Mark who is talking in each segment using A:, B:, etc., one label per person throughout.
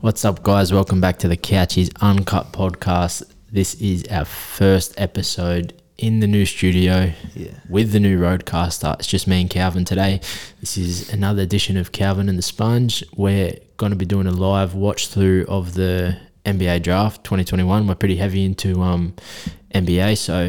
A: What's up, guys? Welcome back to the Couches Uncut podcast. This is our first episode in the new studio
B: Yeah.
A: with the new roadcaster. It's just me and Calvin today. This is another edition of Calvin and the Sponge. We're going to be doing a live watch through of the NBA draft 2021. We're pretty heavy into um, NBA, so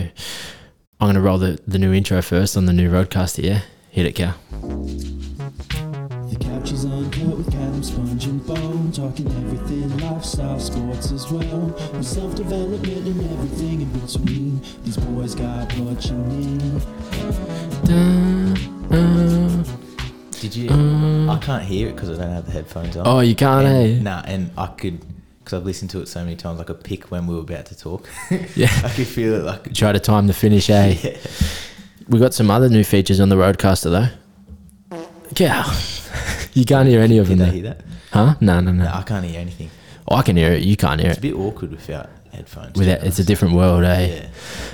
A: I'm going to roll the, the new intro first on the new roadcaster. Yeah, hit it, Cal.
C: The couch is uncut with Callum, Sponge, and Bone. Talking everything, lifestyle, sports as well. With self development and everything in between. These boys got what you need.
B: Did you? I can't hear it because I don't have the headphones on.
A: Mm. Oh, you can't, eh?
B: and, Nah, and I could, because I've listened to it so many times, I could pick when we were about to talk.
A: Yeah.
B: I could feel it like.
A: Try to time the finish, eh?
B: Yeah.
A: We got some other new features on the Roadcaster though. Yeah, you can't hear any of them,
B: Did they
A: though.
B: hear that?
A: huh? No, no, no.
B: No, I can't hear anything.
A: Oh, I can hear it. You can't hear
B: It's a
A: it.
B: bit awkward without headphones. to
A: Without,
B: be
A: it's a
B: honest.
A: different world, eh?
B: Yeah.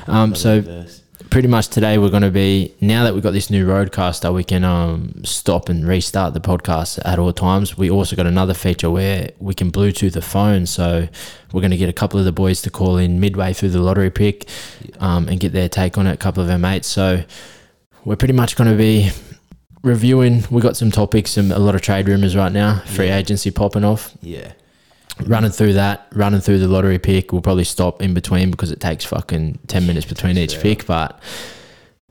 A: Um,
B: Other
A: so
B: verse.
A: pretty much today we're going to be now that we've got this new roadcaster we can um, stop and restart the podcast at all times we also got another feature where we can bluetooth the phone so we're going to get a couple of the boys to call in midway through the lottery pick um, and get their take on it a couple of our mates so we're pretty much going to be reviewing we got some topics some a lot of trade rumors right now free
B: Yeah.
A: agency popping off
B: Yeah.
A: running through that, running through the lottery pick. We'll probably stop in between because it takes fucking ten minutes between
B: takes
A: each
B: forever.
A: pick. But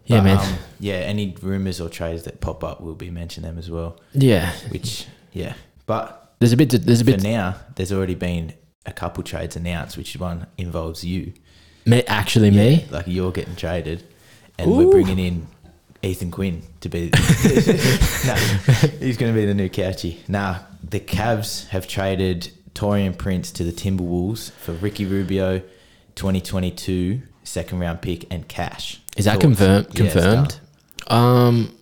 A: yeah,
B: But,
A: man,
B: um, yeah, any rumors or trades that pop up, we'll be mentioning them as well.
A: yeah.
B: Which, yeah. But
A: There's a bit. To, there's a
B: for
A: bit.
B: now, there's already been a couple trades announced, which one involves you.
A: Me, actually, me.
B: Like you're getting traded, and we're bringing in Ethan Quinn to be. no, he's going to be the new Couchy. Nah, the Cavs have traded Torian Prince to the Timberwolves for Ricky Rubio, 2022 second round pick and cash.
A: Is that
B: Thoughts?
A: confirmed?
B: Yeah, it's
A: Confirmed. um.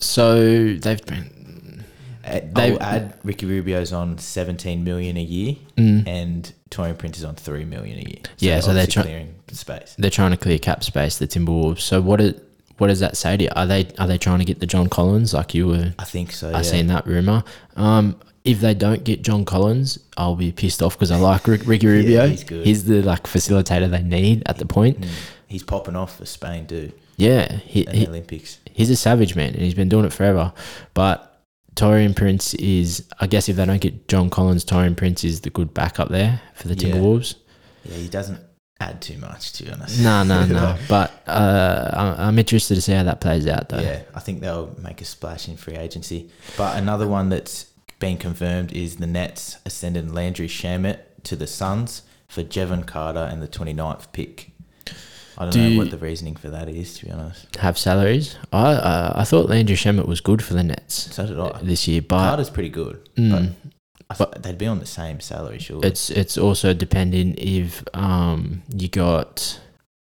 A: So they've been.
B: done. Uh,
A: They-
B: I'll add Ricky Rubio's on 17 million a year,
A: Mm.
B: and Torian Prince is on three million a year.
A: Yeah, so they're
B: obviously
A: try-
B: clearing space.
A: They're trying to clear cap space. The Timberwolves. So what? It, what does that say to you? Are they are they trying to get the John Collins like you were?
B: I think so.
A: I
B: yeah.
A: seen that rumor. Um, if they don't get John Collins, I'll be pissed off because I like Rick, Ricky Rubio.
B: he's good.
A: he's the like facilitator they need at the point.
B: Mm. He's popping off for Spain, dude,
A: Yeah, he,
B: in
A: he
B: the Olympics.
A: he's a savage man, and he's been doing it forever. But Torian Prince is, I guess, if they don't get John Collins, Torian Prince is the good backup there for the
B: Yeah.
A: Timberwolves.
B: Yeah, he doesn't add too much, to be honest.
A: No, no, no. But uh, I- I'm interested to see how that plays out, though.
B: Yeah, I think they'll make a splash in free agency. But another one that's been confirmed is the Nets ascending Landry Shamet to the Suns for Jevon Carter and the 29th pick. I don't
A: Do
B: know
A: you-
B: what the reasoning for that is, to be honest.
A: Have salaries. I uh, I thought Landry Shamet was good for the Nets
B: So did I.
A: this year, but
B: Carter's pretty good.
A: mm,
B: I th- they'd be on the same salary, surely.
A: it's it's also depending if um you got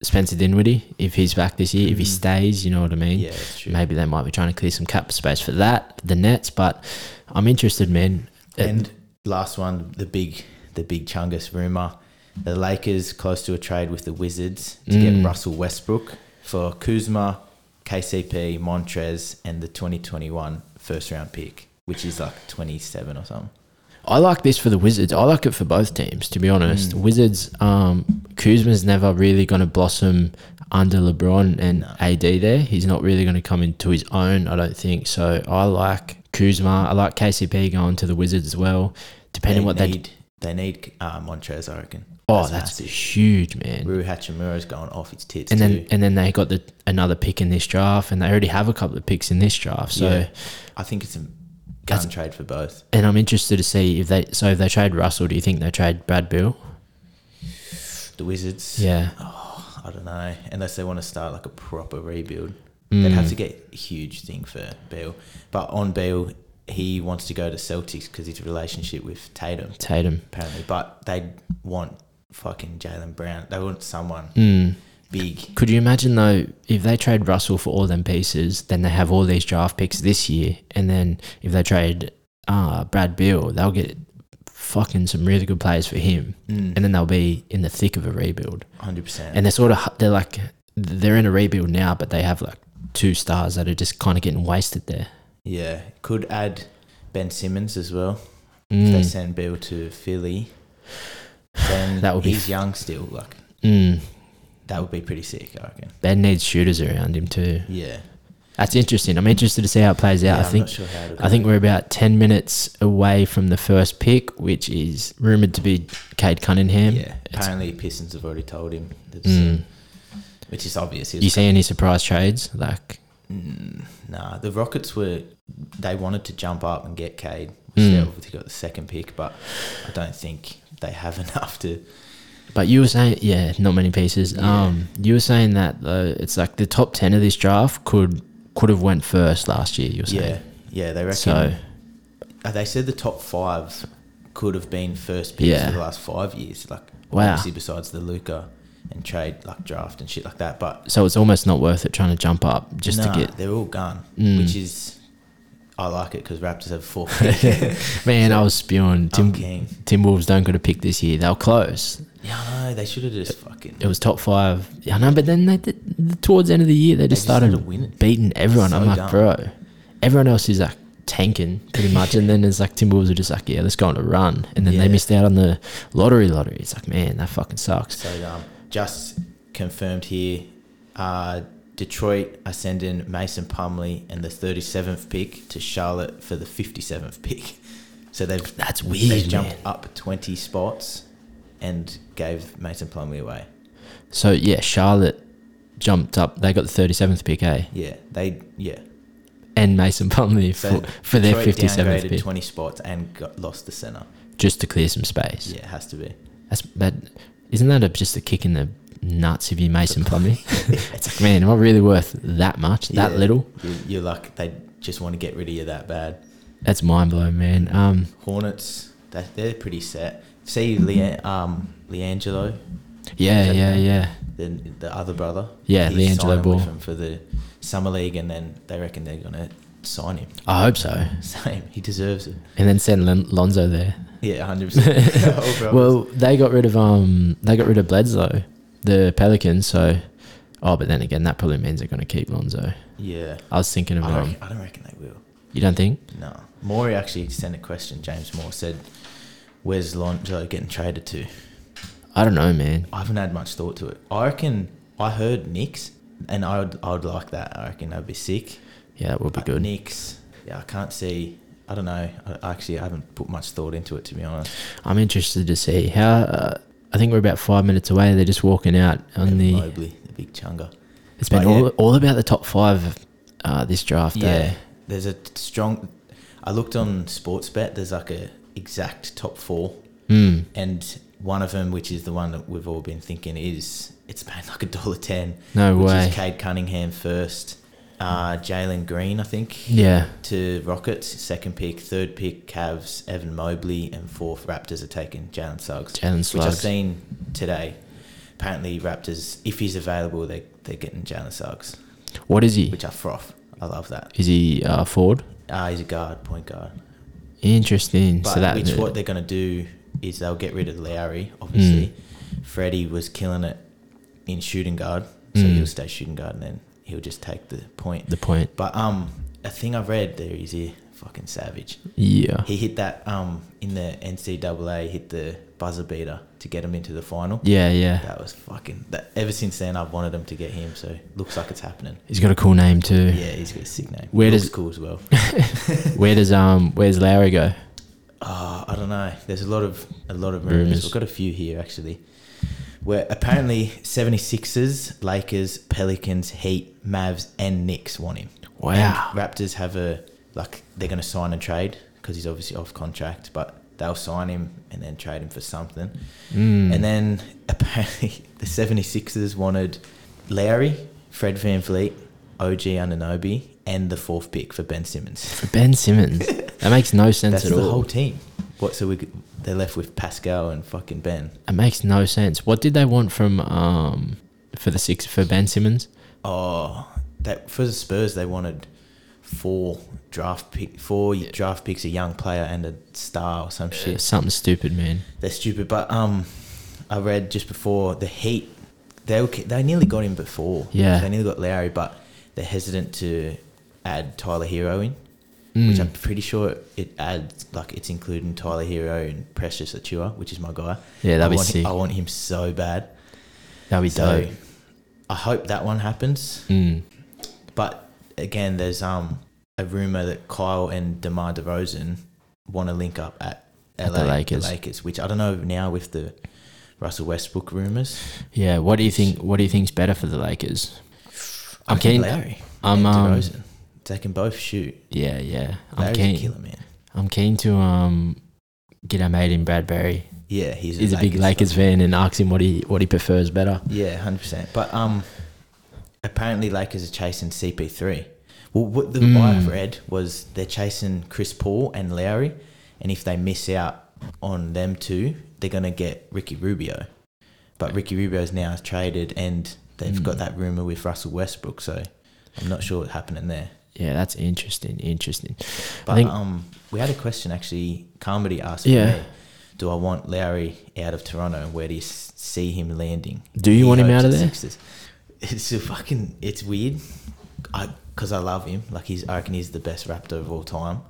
A: Spencer Dinwiddie if he's back this year, if he
B: Mhm.
A: stays, you know what I mean.
B: yeah, it's true.
A: Maybe they might be trying to clear some cap space for that, the Nets. But I'm interested, man. It-
B: And last one, the big, the big Chungus rumor: the Lakers close to a trade with the Wizards to
A: Mm.
B: get Russell Westbrook for Kuzma, KCP, Montrez, and the 2021 first round pick, which is like 27 or something.
A: I like this for the Wizards. I like it for both teams, to be honest.
B: Mm.
A: Wizards, um, Kuzma's never really going to blossom under LeBron and
B: No.
A: AD there. He's not really going to come into his own, I don't think. So I like Kuzma. I like KCP going to the Wizards as well, depending
B: they
A: what they.
B: need, they need uh, Montrez, I reckon.
A: Oh, that's,
B: massive.
A: huge, man.
B: Rui Hachimura's going off his tits
A: and
B: too.
A: then and then they got the another pick in this draft, and they already have a couple of picks in this draft. So.
B: Yeah. I think it's a
A: That's-
B: gun trade for both.
A: And I'm interested to see if they so if they trade Russell, do you think they trade Brad Bill?
B: The Wizards,
A: Yeah.
B: I don't know, unless they want to start like a proper rebuild.
A: Mm.
B: They'd have to get a huge thing for Bale. But on Bale, he wants to go to Celtics because his relationship with Tatum,
A: Tatum.
B: apparently. But they want fucking Jalen Brown. They want someone
A: Mm.
B: big.
A: Could you imagine though, if they trade Russell for all them pieces, then they have all these draft picks this year, and then if they trade uh, Brad Bill, they'll get fucking some really good players for him,
B: Mm,
A: and then they'll be in the thick of a rebuild.
B: 100%.
A: And they're sort of they're like they're in a rebuild now, but they have like two stars that are just kind of getting wasted there.
B: yeah. Could add Ben Simmons as well. If they
A: Mm.
B: send Bill to Philly, then
A: That would be
B: he's
A: f-
B: young still. Like
A: Mm.
B: that would be pretty sick, I reckon.
A: Ben needs shooters around him too.
B: Yeah.
A: That's interesting. I'm interested to see how it plays out. I
B: I'm
A: think
B: Not sure how it'll
A: I
B: go.
A: think we're about 10 minutes away from the first pick, which is rumored to be Cade Cunningham.
B: Yeah.
A: It's-
B: Apparently, Pistons have already told him, that's,
A: Mm.
B: which is obvious.
A: You see any surprise trades? Like,
B: Mm, nah, the Rockets were. They wanted to jump up and get Cade. Which They
A: Mm.
B: obviously got the second pick, but I don't think they have enough to.
A: but you were saying, yeah, not many pieces.
B: Yeah.
A: Um, you were saying that though, it's like the top 10 of this draft could could have went first last year. You were
B: Yeah,
A: saying,
B: yeah, they reckon.
A: so
B: Uh, they said the top five could have been first picks
A: Yeah.
B: for the last five years. Like,
A: Wow.
B: obviously, besides the Luca and trade like draft and shit like that, but
A: so it's almost not worth it trying to jump up just
B: nah,
A: to get.
B: they're all gone,
A: Mm.
B: which is. I like it because Raptors have four. picks.
A: Man, I was spewing.
B: I'm
A: Tim,
B: keen.
A: Timberwolves don't got a pick this year. They'll close.
B: Yeah, I know they should have just fucking.
A: it was top five. Yeah, I know, but then they did, towards the end of the year they just
B: just
A: started
B: started winning.
A: beating everyone.
B: So
A: I'm like,
B: dumb.
A: bro, everyone else is like tanking pretty much, and then it's like Timberwolves are just like, yeah, let's go on a run, and then
B: Yeah.
A: they missed out on the lottery. Lottery, it's like, man, that fucking sucks.
B: So um, just confirmed here, uh, Detroit are sending Mason Pumley and the 37th pick to Charlotte for the 57th pick. So they've
A: That's
B: they
A: weird,
B: jumped
A: man.
B: up 20 spots and gave Mason Plumley away.
A: So yeah, Charlotte jumped up. They got the 37th pick, eh?
B: Yeah, they yeah.
A: And Mason Plumlee
B: So
A: for, for their
B: Detroit
A: 57th
B: downgraded
A: pick,
B: 20 spots and got lost the center.
A: just to clear some space.
B: Yeah, it has to be.
A: That's that. Isn't that a, just a kick in the nuts if you Mason Plumlee? it's like, man, am I really worth that much? That
B: Yeah,
A: little?
B: You, you're like they just want to get rid of you that bad.
A: That's mind blowing, man. Um,
B: Hornets, they, they're pretty set. See, Lea, um, Leangelo,
A: yeah,
B: Okay.
A: yeah, yeah.
B: the the other brother.
A: Yeah,
B: he's
A: Leangelo
B: signing with
A: Ball.
B: him for the summer league, and then they reckon they're gonna sign him.
A: I hope so.
B: Same, he deserves it.
A: And then send Lon- Lonzo there.
B: Yeah, hundred percent.
A: Well, they got rid of um, they got rid of Bledsoe, the Pelicans. So, oh, but then again, that probably means they're going to keep Lonzo.
B: yeah,
A: I was thinking
B: I
A: of
B: don't,
A: um,
B: reckon, I don't reckon they will.
A: you don't think?
B: No, Morey actually sent a question. James Moore said, "Where's Lonzo getting traded to?"
A: I don't know, man.
B: I haven't had much thought to it. I reckon I heard Knicks, and I would I would like that. I reckon that'd be sick.
A: Yeah, that would be
B: But
A: good.
B: Knicks, yeah, I can't see. I don't know. I actually, I haven't put much thought into it to be honest.
A: I'm interested to see how. Uh, I think we're about five minutes away. They're just walking out on
B: And
A: the.
B: Mobley, the big chunger.
A: It's been
B: But yeah.
A: all, all about the top five uh, this draft.
B: Yeah,
A: Yeah.
B: there's a t- strong. I looked on sports bet. There's like a exact top four,
A: Mm.
B: and one of them, which is the one that we've all been thinking, is it's paying like a dollar ten.
A: No
B: which
A: way.
B: Is Cade Cunningham first, uh, Jalen Green, I think.
A: Yeah.
B: To Rockets, second pick, third pick, Cavs, Evan Mobley, and fourth Raptors are taking Jalen Suggs.
A: Jalen
B: which I've
A: Suggs.
B: seen today. Apparently, Raptors, if he's available, they they're getting Jalen Suggs,
A: What is he?
B: which I froth. I love that.
A: Is he uh, Ford?
B: Ah, he's a guard, point guard.
A: Interesting.
B: But
A: so that Mm.
B: which what they're going to do is they'll get rid of Lowry. Obviously, Freddie was killing it in shooting guard, so
A: Mm.
B: he'll stay shooting guard, and then he'll just take the point.
A: the point.
B: But um, a thing I've read there is he fucking savage.
A: Yeah.
B: He hit that um in the NCAA, hit the buzzer beater to get him into the final.
A: yeah, yeah.
B: That was fucking. That, ever since then, I've wanted him to get him. So looks like it's happening.
A: He's got a cool name too.
B: Yeah, he's got a sick name.
A: Where
B: looks
A: does-
B: cool as well?
A: Where does um where's Lowry go?
B: Oh, I don't know. There's a lot of a lot of
A: Rumors.
B: rumors. We've got a few here actually. Where apparently 76ers, Lakers, Pelicans, Heat, Mavs, and Knicks want him.
A: Wow.
B: And Raptors have a like they're going to sign and trade because he's obviously off contract, but they'll sign him and then trade him for something.
A: Mm.
B: And then apparently the 76ers wanted Lowry, Fred Van Fleet, OG Ananobi, and the fourth pick for Ben Simmons.
A: For Ben Simmons. that makes no sense
B: That's
A: at
B: the
A: all.
B: whole team. What? So we g- they're left with Pascal and fucking Ben.
A: it makes no sense. What did they want from um for the six for Ben Simmons?
B: Oh, that for the Spurs they wanted four draft pick, four draft picks, a young player and a star or some Oh, shit.
A: Something stupid, man.
B: They're stupid. But um, I read just before the Heat, they were, ca- they nearly got him before.
A: Yeah.
B: they nearly got Lowry, but they're hesitant to add Tyler Hero in
A: Hmm.
B: which I'm pretty sure it adds like it's including Tyler Hero and Precious Achua, which is my guy.
A: Yeah, that'd
B: I
A: be
B: want,
A: sick.
B: I want him so bad.
A: That'd be
B: So
A: dope.
B: I hope that one happens.
A: Mm.
B: But again, there's um a rumor that Kyle and DeMar DeRozan want to link up at LA,
A: the Lakers.
B: which I don't know now with the Russell Westbrook rumors.
A: Yeah. What do you think? What do you think's better for the Lakers? I'm
B: I think
A: keen.
B: Larry
A: I'm
B: and
A: um,
B: DeRozan. They can both shoot.
A: yeah, yeah. I'm
B: Larry's a
A: keen.
B: killer, man.
A: I'm keen to um get our mate in Bradbury.
B: Yeah, he's a,
A: He's a big Lakers fan and asks him what he what he prefers better.
B: Yeah, hundred percent. But um, apparently Lakers are chasing CP3. Well, what the
A: Mm.
B: I've read was they're chasing Chris Paul and Lowry, and if they miss out on them two, they're gonna get Ricky Rubio. But Ricky Rubio's now traded, and they've
A: Mm.
B: got that rumor with Russell Westbrook. So I'm not sure what's happening there.
A: Yeah, that's interesting. Interesting.
B: But
A: think-
B: um, we had a question actually. Carmody asked
A: Yeah.
B: me, "Do I want Lowry out of Toronto? Where do you s- see him landing?
A: Do you
B: He
A: want him
B: hopes
A: out of
B: at
A: there?
B: Sixers. It's a fucking. It's weird. I because I love him. Like he's. I reckon he's the best Raptor of all time.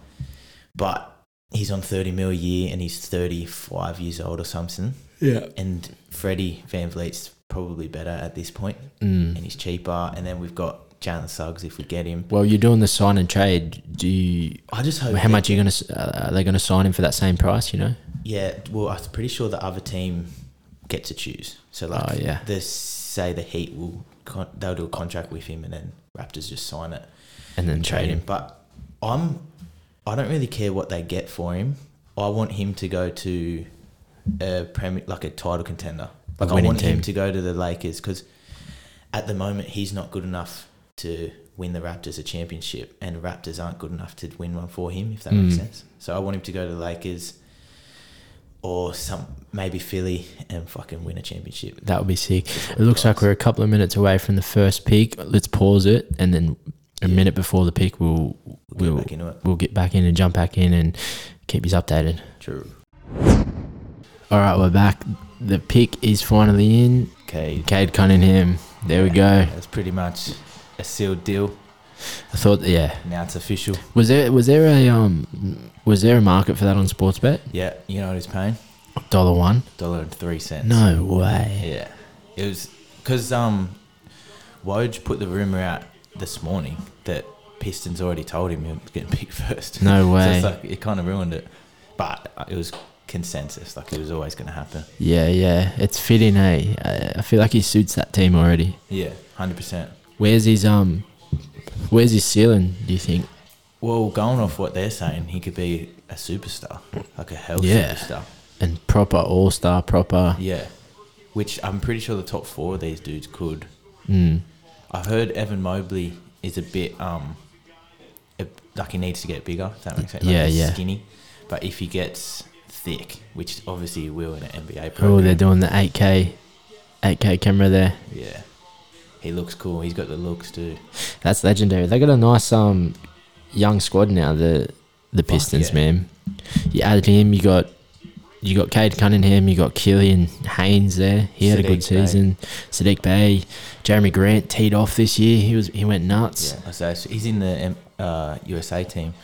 B: But he's on thirty mil a year and he's thirty five years old or something.
A: Yeah.
B: And Freddie Van Vliet's probably better at this point, and
A: Mm.
B: he's cheaper. And then we've got Jalen Suggs if we get him.
A: Well, you're doing the sign and trade. Do you,
B: I just hope
A: how
B: that-
A: much are you gonna s- uh, are they gonna sign him for that same price? You know.
B: Yeah, well, I'm pretty sure the other team get to choose. So like,
A: Oh, yeah.
B: the say the Heat will con- they'll do a contract with him, and then Raptors just sign it
A: And then trade him.
B: But I'm I don't really care what they get for him. I want him to go to a premier like a title contender. Like I
A: winning
B: want him
A: team.
B: to go to the Lakers because at the moment he's not good enough to win the Raptors a championship, and the Raptors aren't good enough to win one for him. If that makes
A: Mm.
B: sense. So I want him to go to the Lakers or some maybe Philly and fucking win a championship.
A: That would be sick.
B: That's what
A: It looks like
B: does.
A: we're a couple of minutes away from the first pick. Let's pause it, and then a
B: Yeah.
A: minute before the pick, we'll
B: We'll get
A: we'll
B: back into it.
A: we'll get back in and jump back in and keep you updated.
B: True.
A: All right, we're back. The pick is finally in.
B: Okay.
A: Cade Cunningham. There we go.
B: That's pretty much a sealed deal.
A: I thought, yeah.
B: Now it's official.
A: Was there was there a um was there a market for that on Sportsbet?
B: Yeah, you know what he's paying?
A: Dollar one.
B: Dollar and three cents.
A: No way.
B: Yeah, it was because um, Woj put the rumor out this morning that Pistons already told him he was getting picked first.
A: No
B: so
A: way.
B: it's like it kind of ruined it, but it was consensus. Like it was always going to happen.
A: Yeah, yeah. It's fitting, eh? I, I feel like he suits that team already.
B: Yeah, hundred percent.
A: Where's his um? Where's his ceiling? Do you think?
B: Well, going off what they're saying, he could be a superstar, like a hell
A: Yeah.
B: superstar.
A: And proper all star, proper.
B: Yeah, which I'm pretty sure the top four of these dudes could.
A: Mm.
B: I've heard Evan Mobley is a bit um, a, like he needs to get bigger. If that makes sense. Like
A: Yeah,
B: he's
A: yeah.
B: Skinny, but if he gets thick, which obviously he will in an NBA
A: Oh, they're
B: program,
A: doing the 8K, 8K camera there.
B: yeah, he looks cool. He's got the looks too.
A: That's legendary. They got a nice um, young squad now. The the Pistons,
B: yeah.
A: man. You added him. You got you got Cade Cunningham. You got Killian Haynes there. He had a good
B: Sadiq Bey.
A: season. Sadiq Bay, Jeremy Grant teed off this year. He was he went nuts.
B: Yeah, so he's in the um, uh, USA team.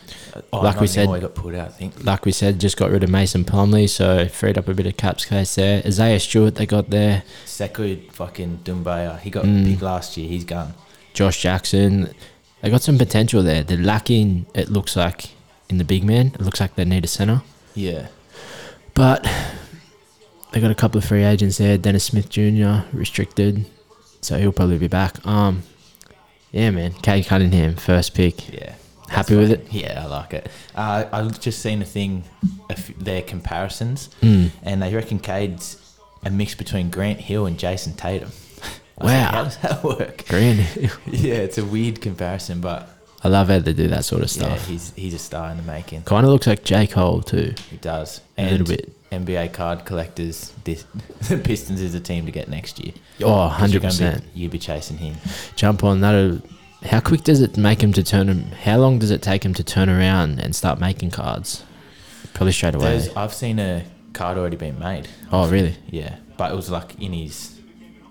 B: Oh,
A: Like we
B: not
A: said-
B: anymore, he got pulled out. I think.
A: Like we said, just got rid of Mason Plumley, so freed up a bit of cap space there. Isaiah Stewart, they got there.
B: Sekou fucking Dumbaya. He got
A: Mm.
B: big last year. He's gone.
A: Josh Jackson. They got some potential there. They're lacking, it looks like, in the big man. It looks like they need a centre.
B: Yeah.
A: But they got a couple of free agents there. Dennis Smith Jr. restricted, so he'll probably be back. Um, yeah, man. Cade Cunningham, first pick.
B: Yeah.
A: Happy with it?
B: Yeah, I like it. Uh, I've just seen a thing, a f- their comparisons,
A: Mm.
B: and they reckon Cade's a mix between Grant Hill and Jason Tatum. I was
A: Wow.
B: how does that work?
A: Green.
B: yeah, it's a weird comparison, but
A: I love how they do that sort of
B: yeah,
A: stuff.
B: he's he's a star in the making.
A: Kind of looks like J. Cole, too.
B: He does.
A: A little bit.
B: NBA card collectors. This the Pistons is a team to get next year.
A: Oh,
B: 'Cause you're
A: 100%.
B: gonna be- You'll be chasing him.
A: jump on that. How quick does it make him to turn him? How long does it take him to turn around and start making cards? Probably straight away.
B: There's, I've seen a card already being made.
A: oh, really?
B: Yeah, but it was like in his.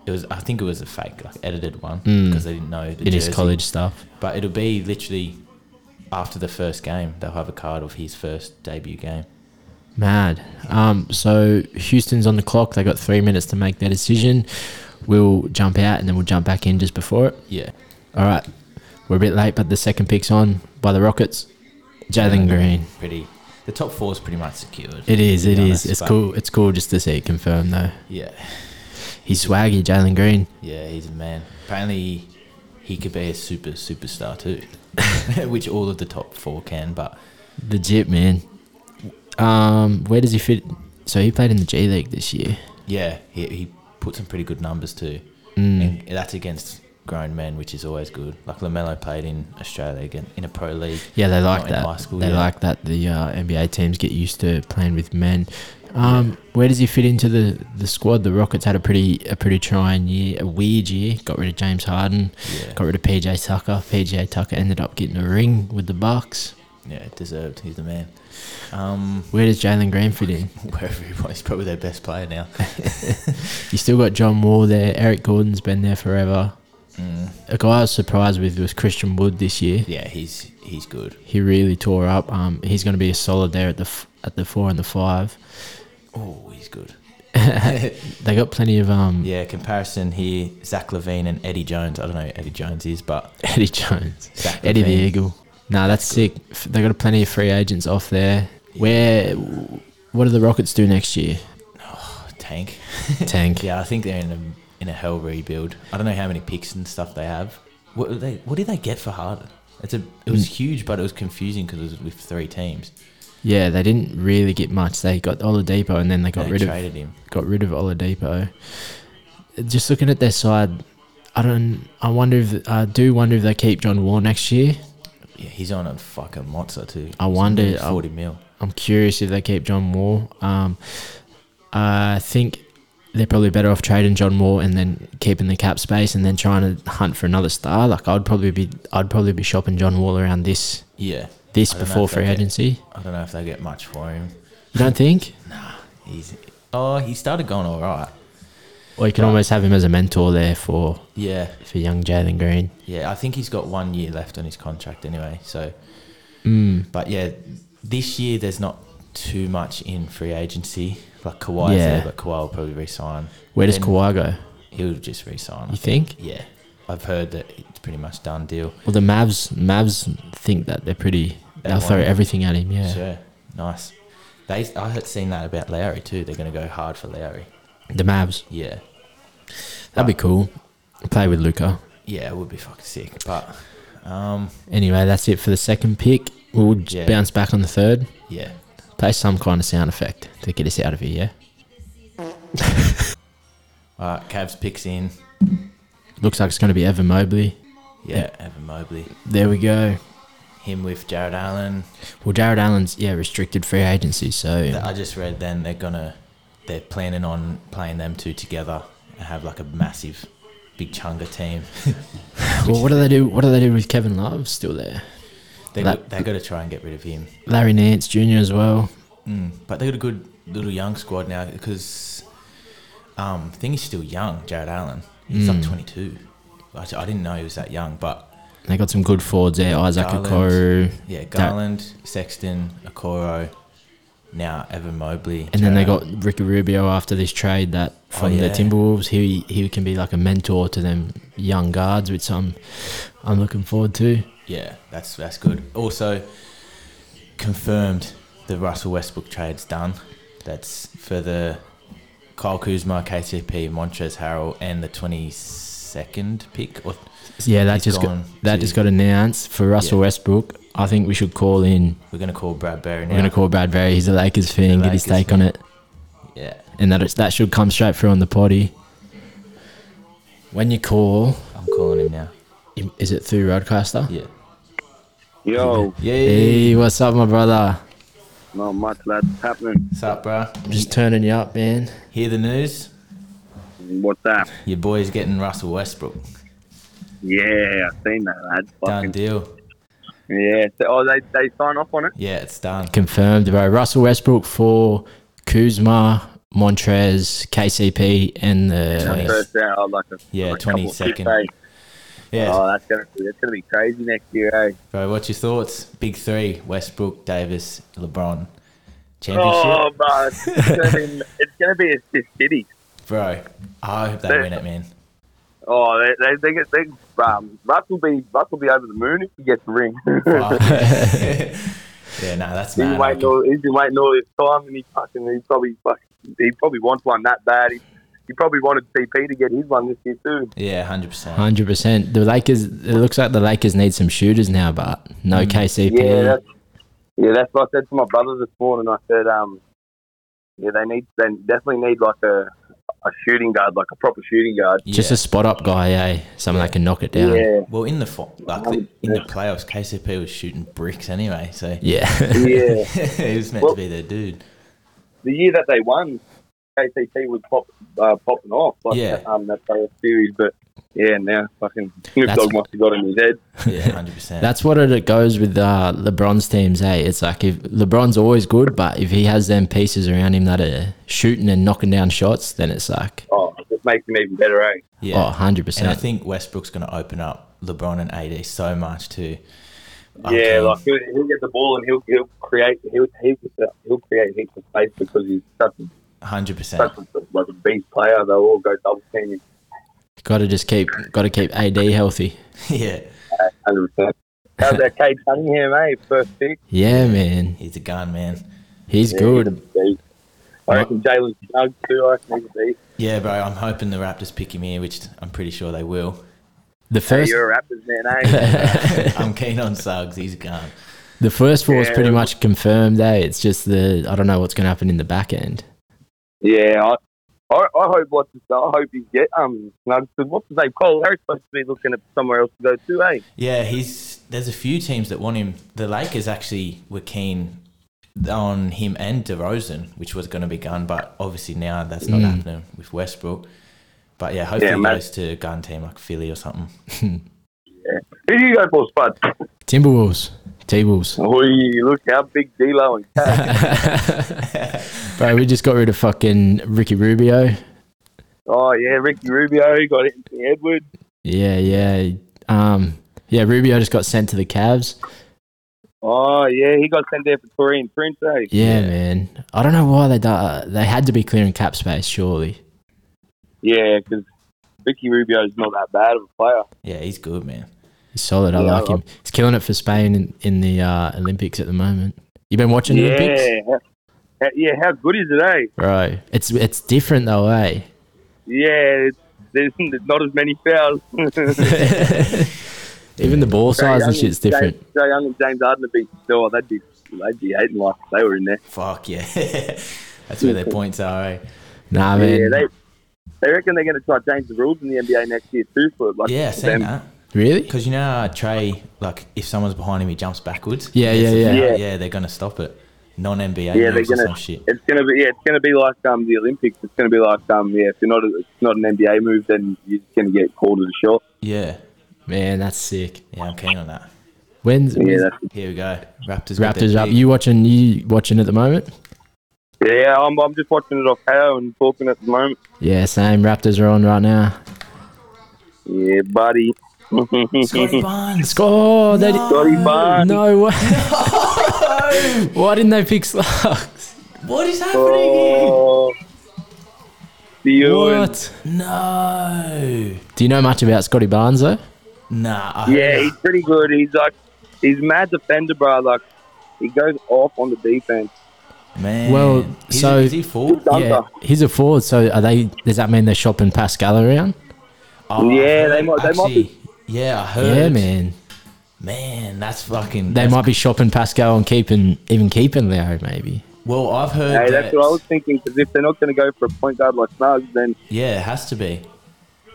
B: It was. I think it was a fake, like edited one,
A: Mm.
B: because they didn't know the
A: In his
B: jersey.
A: college stuff.
B: But it'll be literally after the first game, they'll have a card of his first debut game.
A: Mad. Um, so Houston's on the clock. They got three minutes to make their decision. We'll jump out and then we'll jump back in just before it.
B: Yeah.
A: All right. We're a bit late, but the second pick's on by the Rockets. Jalen Green.
B: Pretty. The top four is pretty much secured.
A: It is.
B: to
A: It
B: be
A: is.
B: honest,
A: It's
B: but
A: cool. It's cool just to see it confirmed though.
B: Yeah.
A: He's swaggy, Jalen Green.
B: Yeah, he's a man. Apparently, he could be a super superstar too, which all of the top four can. But
A: Legit man. Um, where does he fit? So he played in the G League this year.
B: yeah, he, he put some pretty good numbers too,
A: Mm.
B: and that's against grown men, which is always good. Like Lamelo played in Australia again in a pro league.
A: Yeah, they like
B: in
A: that.
B: high school,
A: they
B: yeah.
A: like that. The uh, NBA teams get used to playing with men. Um, Where does he fit into the, the squad? The Rockets had a pretty a pretty trying year, a weird year. Got rid of James Harden.
B: Yeah,
A: Got rid of PJ Tucker. PJ Tucker ended up getting a ring with the Bucks.
B: yeah, deserved. He's the man. Um,
A: Where does Jalen Green fit in?
B: wherever he wants, he's probably their best player now.
A: You still got John Wall there. Eric Gordon's been there forever.
B: Mm,
A: A guy I was surprised with was Christian Wood this year.
B: yeah, he's he's good.
A: He really tore up. Um, he's going to be a solid there at the f- at the four and the five.
B: Oh, he's good.
A: They got plenty of um
B: Yeah, comparison here: Zach Levine and Eddie Jones. I don't know who Eddie Jones is, but
A: Eddie Jones.
B: Zach
A: Eddie the
B: Levine.
A: Eagle. Nah, that's sick. F- They got plenty of free agents off there. Where? What do the Rockets do next year?
B: tank.
A: Tank.
B: Yeah, I think they're in a in a hell rebuild. I don't know how many picks and stuff they have. What did they What did they get for Harden? It's a it
A: Mm.
B: was huge, but it was confusing because it was with three teams.
A: Yeah, they didn't really get much. They got Oladipo, and then they got
B: they
A: rid of
B: traded him.
A: got rid of Oladipo. Just looking at their side, I don't. I wonder if I do wonder if they keep John Wall next year.
B: Yeah, he's on a fucking monster too.
A: I wonder-
B: He's on forty mil.
A: I'm curious if they keep John Wall. Um, I think they're probably better off trading John Wall and then keeping the cap space and then trying to hunt for another star. Like I'd probably be, I'd probably be shopping John Wall around this
B: Yeah,
A: this
B: I don't know
A: before
B: if they'll
A: free
B: get-
A: agency.
B: I don't know if they get much for him.
A: You don't think?
B: He's oh, he started going all right.
A: Or you can almost have him as a mentor there for
B: Yeah,
A: for young Jalen Green.
B: yeah. I think he's got one year left on his contract anyway. So
A: Mm.
B: But yeah, this year there's not too much in free agency. Like Kawhi's
A: Yeah.
B: there, but Kawhi will probably resign.
A: Where does
B: Then
A: Kawhi go?
B: He'll just resign. I
A: You
B: think.
A: think?
B: Yeah, I've heard that it's pretty much done deal.
A: Well, the Mavs Mavs think that they're pretty.
B: They
A: They will
B: want
A: throw
B: him.
A: everything at him. Yeah.
B: Sure, nice. They, I had seen that about Lowry too. They're going to go hard for Lowry.
A: The Mavs.
B: Yeah,
A: That'd be cool. Play with Luca.
B: yeah, it would be fucking sick. But um,
A: Anyway, that's it for the second pick. We'll j-
B: Yeah.
A: bounce back on the third.
B: yeah,
A: Play some kind of sound effect to get us out of here, yeah?
B: all right. Cavs picks in.
A: Looks like it's going to be Evan Mobley.
B: Yeah, Evan Mobley.
A: There we go.
B: Him with Jared Allen.
A: Well, Jared Allen's, yeah, restricted free agency, so
B: Th- I just read then they're gonna they're planning on playing them two together and have like a massive big chunga team.
A: well, what do they do? What do they do with Kevin Love still there?
B: They
A: That-
B: they got to try and get rid of him.
A: Larry Nance Jr. as well.
B: Mm. But they got a good little young squad now because um I think he's still young, Jared Allen. He's
A: Mm.
B: like 22. I, I didn't know he was that young, but
A: They got some good forwards there. Isaac
B: Garland.
A: Okoro,
B: yeah, Garland, Sexton, Okoro, now Evan Mobley,
A: and then they
B: Jared Oh,
A: got Ricky Rubio after this trade that from the
B: yeah.
A: Timberwolves. He he can be like a mentor to them young guards, which I'm I'm looking forward to.
B: Yeah, that's that's good. Also confirmed the Russell Westbrook trade's done. That's for the Kyle Kuzma, KCP, Montrez Harrell, and the twenty second pick. Or
A: Yeah, that
B: He's
A: just got,
B: gone
A: that
B: to-
A: just got announced for Russell
B: Yeah.
A: Westbrook. I think we should call in.
B: we're gonna call Brad Berry now.
A: We're gonna call Bradbury. He's a Lakers fan. Get his
B: Lakers
A: take
B: fan.
A: on it,
B: yeah,
A: and that is, that should come straight through on the potty. When you call,
B: I'm calling him now.
A: is it through Roadcaster?
B: Yeah.
D: Yo,
B: Yeah.
A: Hey, what's up, my brother?
D: not much that's happening.
B: What's up, bro?
A: I'm just turning you up, man.
B: Hear the news?
D: What's that?
B: Your boy's getting Russell Westbrook.
D: Yeah, I seen that. Lad.
B: Done
D: Fucking,
B: deal.
D: yeah. So, oh, they they sign off on it.
B: Yeah, it's done.
A: Confirmed, bro. Russell Westbrook for Kuzma, Montrez, KCP, and the
D: First out, like a
B: Yeah,
D: like a couple of
B: 22nd.
D: days.
B: Yeah.
D: Oh, that's gonna be that's gonna be crazy next year, eh?
B: Bro, what's your thoughts? Big three: Westbrook, Davis, LeBron. Championship,
D: Oh, bro, it's gonna be, it's gonna be a, a city.
B: bro. I hope they
D: They-
B: win it, man.
D: Oh, they they they, get, they um, Russ will be Russ will be over the moon if he gets the ring.
B: Fuck. yeah, no, that's mad.
D: he's been
B: I
D: waiting
B: reckon.
D: all he's been waiting all this time, and he fucking he probably fucking he probably wants one that bad. He, he probably wanted CP to get his one this year too.
B: Yeah, hundred percent.
A: Hundred percent. The Lakers. It looks like the Lakers need some shooters now, but no
B: Mm.
A: KCP.
D: Yeah, that's yeah, that's what I said to my brother this morning. I said, um, yeah, they need they definitely need like a a shooting guard, like a proper shooting guard.
A: Just
B: Yeah.
A: a spot up guy, eh? Someone that can knock it down.
D: yeah.
B: Well, in the fo- like
D: Um,
B: the, in the playoffs, KCP was shooting bricks anyway, so
A: Yeah.
D: yeah.
B: he was meant
D: Well-
B: to be their dude.
D: the year that they won, KCT was pop, uh, popping off. Like,
B: Yeah.
D: Um, that playoff series, but yeah, now fucking Snoop
A: That's-
D: Dogg must have got in his head.
B: Yeah, hundred percent.
A: That's what it, it goes with uh, LeBron's teams, eh? It's like if LeBron's always good, but if he has them pieces around him that are shooting and knocking down shots, then it's like,
D: Oh, it makes him even better, eh?
A: oh,
B: Yeah,
A: 100%.
B: and I think Westbrook's going to open up LeBron and AD so much too.
D: Yeah,
B: Okay.
D: like he'll, he'll get the ball and he'll he'll create he'll he'll, he'll create heaps of space because he's such a,
B: hundred percent.
D: such a, like a beast player. They'll all go double team him,
A: Got to just keep, got to keep AD healthy.
B: Yeah,
D: hundred percent. How's that Kate Cunningham, eh? First pick,
A: Yeah, man.
B: he's a gun man.
A: He's
D: Yeah,
A: good.
D: he's a beast. I reckon Jalen Suggs too. I reckon he's a beast.
B: Yeah, bro. I'm hoping the Raptors pick him here, which I'm pretty sure they will.
A: The first,
D: You're a Raptors man, eh?
B: I'm keen on Suggs. He's gone.
A: the first four is pretty
D: Yeah.
A: much confirmed, eh? It's just the, I don't know what's going to happen in the back end.
D: Yeah, I, I, I hope what's his, I hope he get um. no, 'cause What's his name? Cole Harris supposed to be looking at somewhere else to go to, eh?
B: Yeah, he's. There's a few teams that want him. The Lakers actually were keen on him and DeRozan, which was going to be Gun, but obviously now that's not
A: Mm.
B: happening with Westbrook. But yeah, hopefully
D: Yeah,
B: he
D: mate.
B: goes to a Gun team like Philly or something.
D: Who do you go for, Spud?
A: Timberwolves, T Wolves.
D: Oh, look how big D'Lo and Cat.
A: Bro, we just got rid of fucking Ricky Rubio.
D: oh yeah, Ricky Rubio got Anthony Edwards.
A: Yeah, yeah. Um, yeah, Rubio just got sent to the Cavs.
D: Oh yeah, he got sent there for Torian Prince, eh?
A: Yeah, man. I don't know why they do- they had to be clearing cap space, surely.
D: Yeah, because Ricky Rubio's not that bad of a player.
B: Yeah, he's good, man.
A: He's solid. I
D: Yeah,
A: like
D: I-
A: him. He's killing it for Spain in, in the uh, Olympics at the moment. You've been watching the Olympics,
D: Yeah, How- yeah. How good is it, eh?
A: bro? It's it's different though, eh?
D: Yeah, it's, there's, there's not as many fouls.
A: Even the ball size and shit's different.
D: James, Trae Young and James Harden would be sure they'd be they'd be hating like if they were in there.
B: Fuck yeah, that's where their points are. Eh?
A: Nah, man.
D: Yeah, they they reckon they're going to try to change the rules in the NBA next year too for like
B: Yeah, I seen
D: them.
B: that.
A: really?
B: Because you know, how Trey, like if someone's behind him, he jumps backwards.
A: Yeah, yeah, yeah.
B: yeah.
D: Yeah.
B: they're gonna stop it. Non NBA
D: Yeah, they're
B: rules or
D: gonna.
B: some shit.
D: It's gonna be yeah, it's gonna be like um the Olympics. It's gonna be like um yeah, if you're not a, it's not an NBA move, then you're just gonna get called as a shot.
B: Yeah,
A: Man, that's sick.
B: yeah, I'm keen on that.
A: When's,
D: Yeah,
A: when's
D: that's,
B: Here we go, Raptors. got their
A: Raptors up?
B: pick.
A: You watching? You watching at the moment?
D: yeah. I'm I'm just watching it off how and talking at the moment.
A: Yeah, same. Raptors are on right now.
D: Yeah, buddy.
B: Scotty Barnes.
A: Score! They di-
D: Scotty Barnes.
A: no way. Why didn't they pick Slugs?
B: What is happening here?
D: Oh, see you. and-
A: What?
B: No.
A: Do you know much about Scotty Barnes though?
B: Nah. I-
D: Yeah, he's pretty good. He's like, he's mad defender, bro. Like, he goes off on the defense.
B: Man.
A: Well,
B: He's-
A: so-
B: is he forward?
A: Yeah,
D: Dunker.
A: he's a forward. So are they? Does that mean they're shopping Pascal around?
B: Oh, I
D: Yeah, they
B: heard-
D: might- they might be-
B: actually, Yeah, I heard.
A: Yeah, man.
B: Man, that's fucking.
A: They
B: that's-
A: might be shopping Pascal and keeping even keeping Leo maybe.
B: Well, I've heard.
D: Hey,
B: that,
D: that's what I was thinking. Because if they're not going to go for a point guard like Snugs, then
B: Yeah, it has to be.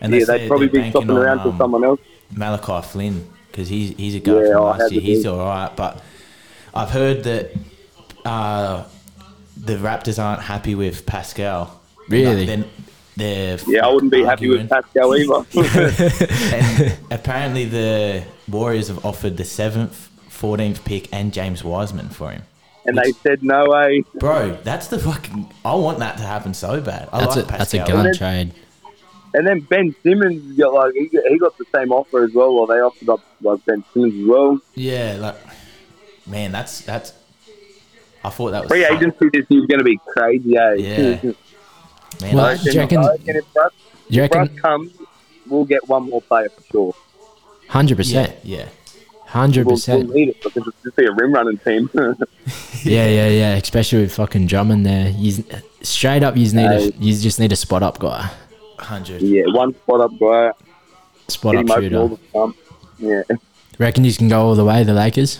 B: And
D: yeah,
B: say
D: they'd probably
B: they're
D: be
B: banking on,
D: shopping around for
B: um,
D: someone else.
B: Malachi Flynn because he's he's a guy
D: Yeah,
B: from
D: I
B: last
D: had
B: year.
D: to
B: He's
D: do.
B: all right, but I've heard that uh, the Raptors aren't happy with Pascal.
A: Really?
B: Then they're
D: Yeah, I wouldn't be happy with
B: arguing.
D: Pascal either.
B: And apparently, the Warriors have offered the seventh, fourteenth pick and James Wiseman for him.
D: and they said no way.
B: Bro, that's the fucking. I want that to happen so bad. I
A: That's
B: like
A: a
B: Pascal.
A: that's a gun trade.
D: And then Ben Simmons got like he got, he got the same offer as well, or they offered up like Ben Simmons as well.
B: Yeah, like man, that's that's. I thought that was
D: Free
B: fuck-
D: agency this year's going to be crazy, eh?
B: Yeah. Uh, Man,
A: Well,
D: I
B: I-
A: do you reckon-
D: reckon, I reckon if Russ,
A: Do you
D: if Russ
A: reckon?
D: comes, we'll get one more player for sure.
A: Hundred
B: yeah,
A: percent.
B: yeah.
A: Hundred
D: We'll, we'll
A: percent.
D: need it because it's just be a rim running team.
A: Yeah, yeah, yeah. Especially with fucking Drummond there. You straight up. You need a. You just need a spot up guy.
B: Hundred.
D: yeah, one spot up guy.
A: Spot
D: Get
A: up
D: him open all
A: shooter.
D: the time. Yeah,
A: Reckon you can go all the way. The Lakers.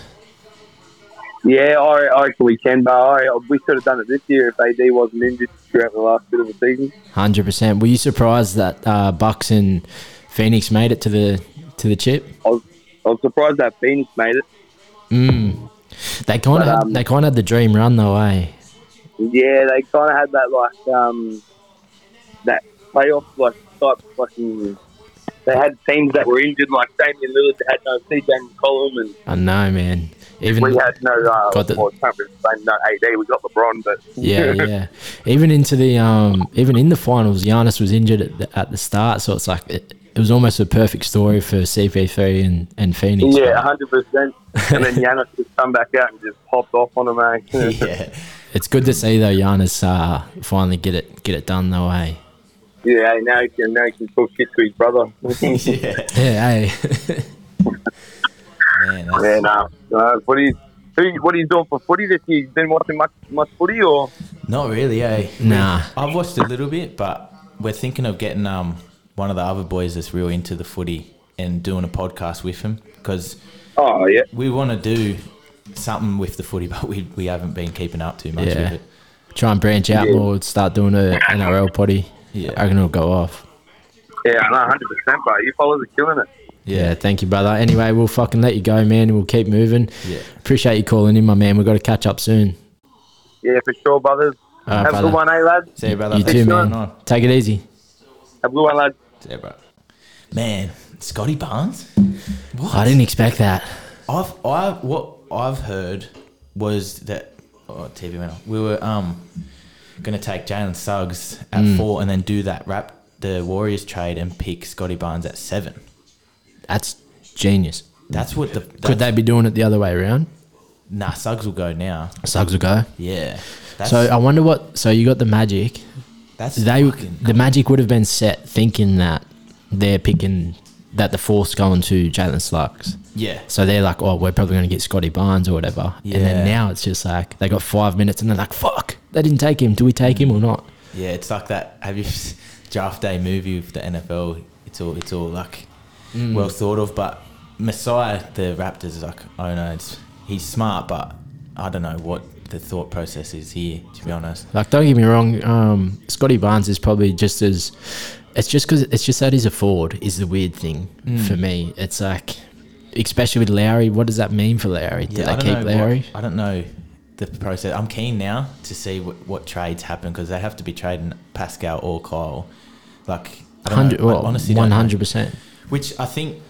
D: yeah. I, I reckon we can, but I, we should have done it this year if AD wasn't injured throughout the last bit of the season.
A: Hundred percent. Were you surprised that uh, Bucks and Phoenix made it to the to the chip?
D: I was, I was surprised that Phoenix made it.
A: Mm. They kind of
D: But, um,
A: they kind of had the dream run though, eh?
D: Yeah, they kind of had that like um, that playoff like type fucking. They had teams that were injured, like Damian Lillard had no CJ McCollum, and
A: I know, man. Even
D: we had no. Uh,
A: Got the-
D: well, I can't really say no AD. We got LeBron, but
A: yeah, yeah. Even into the um, even in the finals, Giannis was injured at the, at the start, so it's like it, it was almost a perfect story for CP3 and and Phoenix.
D: yeah, hundred percent. And then Giannis just come back out and just popped off on him, eh?
B: Yeah.
A: It's good to see though Giannis uh, finally get it get it done though, eh?
D: yeah, now he can now he can talk shit to his brother.
B: yeah.
A: Yeah, eh?
B: Man, that's,
D: yeah, no. Uh, what are you? Who, what are you doing for footy this year? You been watching much much footy or?
B: Not really, eh?
A: Nah.
B: I've watched a little bit, but we're thinking of getting um one of the other boys that's real into the footy and doing a podcast with him because
D: Oh yeah.
B: we want to do something with the footy, but we, we haven't been keeping up too much
A: Yeah.
B: with it.
A: Try and branch out
D: Yeah.
A: more. Start doing a NRL potty.
B: Yeah.
A: I reckon it'll go off.
D: Yeah, no, hundred percent, bro. You fellas are killing it.
A: Yeah, thank you, brother. Anyway, we'll fucking let you go, man. We'll keep moving.
B: Yeah.
A: Appreciate you calling in, my man. We've got to catch up soon.
D: Yeah, for sure, brothers.
A: All right,
D: Have a
A: brother.
D: good one, eh, lads?
B: See you, brother.
A: You
B: Thanks
A: too,
B: for
A: man.
B: coming on.
A: Take it easy.
D: Have a good one, lads.
B: See you, bro. Man, Scotty Barnes. What?
A: I didn't expect that.
B: I've I what I've heard was that oh, TV went off. We were um gonna take Jalen Suggs at
A: Mm.
B: four and then do that wrap the Warriors trade and pick Scotty Barnes at seven.
A: That's genius.
B: That's what the that's,
A: Could they be doing it the other way around?
B: nah Suggs will go now.
A: Suggs will go.
B: Yeah, that's
A: So I wonder what. So you got the Magic.
B: that's
A: They
B: fucking-
A: the Magic would have been set thinking that they're picking that the force going to Jalen Suggs.
B: yeah
A: So they're like, oh, we're probably going to get Scotty Barnes or whatever. And
B: Yeah.
A: then now it's just like they got five minutes and they're like, fuck, they didn't take him. Do we take him or not?
B: yeah. It's like that. Have you s- draft day movie with the NFL? It's all it's all like
A: Mm.
B: well thought of, but Messiah the Raptors is like oh no, it's, he's smart, but I don't know what the thought process is here. To be honest.
A: Like, don't get me wrong. Um, Scotty Barnes is probably just as. It's just because it's just that he's a forward is the weird thing
B: Mm.
A: for me. It's like, especially with Lowry, what does that mean for Lowry? Do they
B: I don't
A: keep
B: know
A: Lowry?
B: What, I don't know the process. I'm keen now to see what, what trades happen because they have to be trading Pascal or Kyle. Like, I don't
A: Hundred,
B: know. I
A: well,
B: honestly,
A: one
B: don't know.
A: hundred percent.
B: Which I think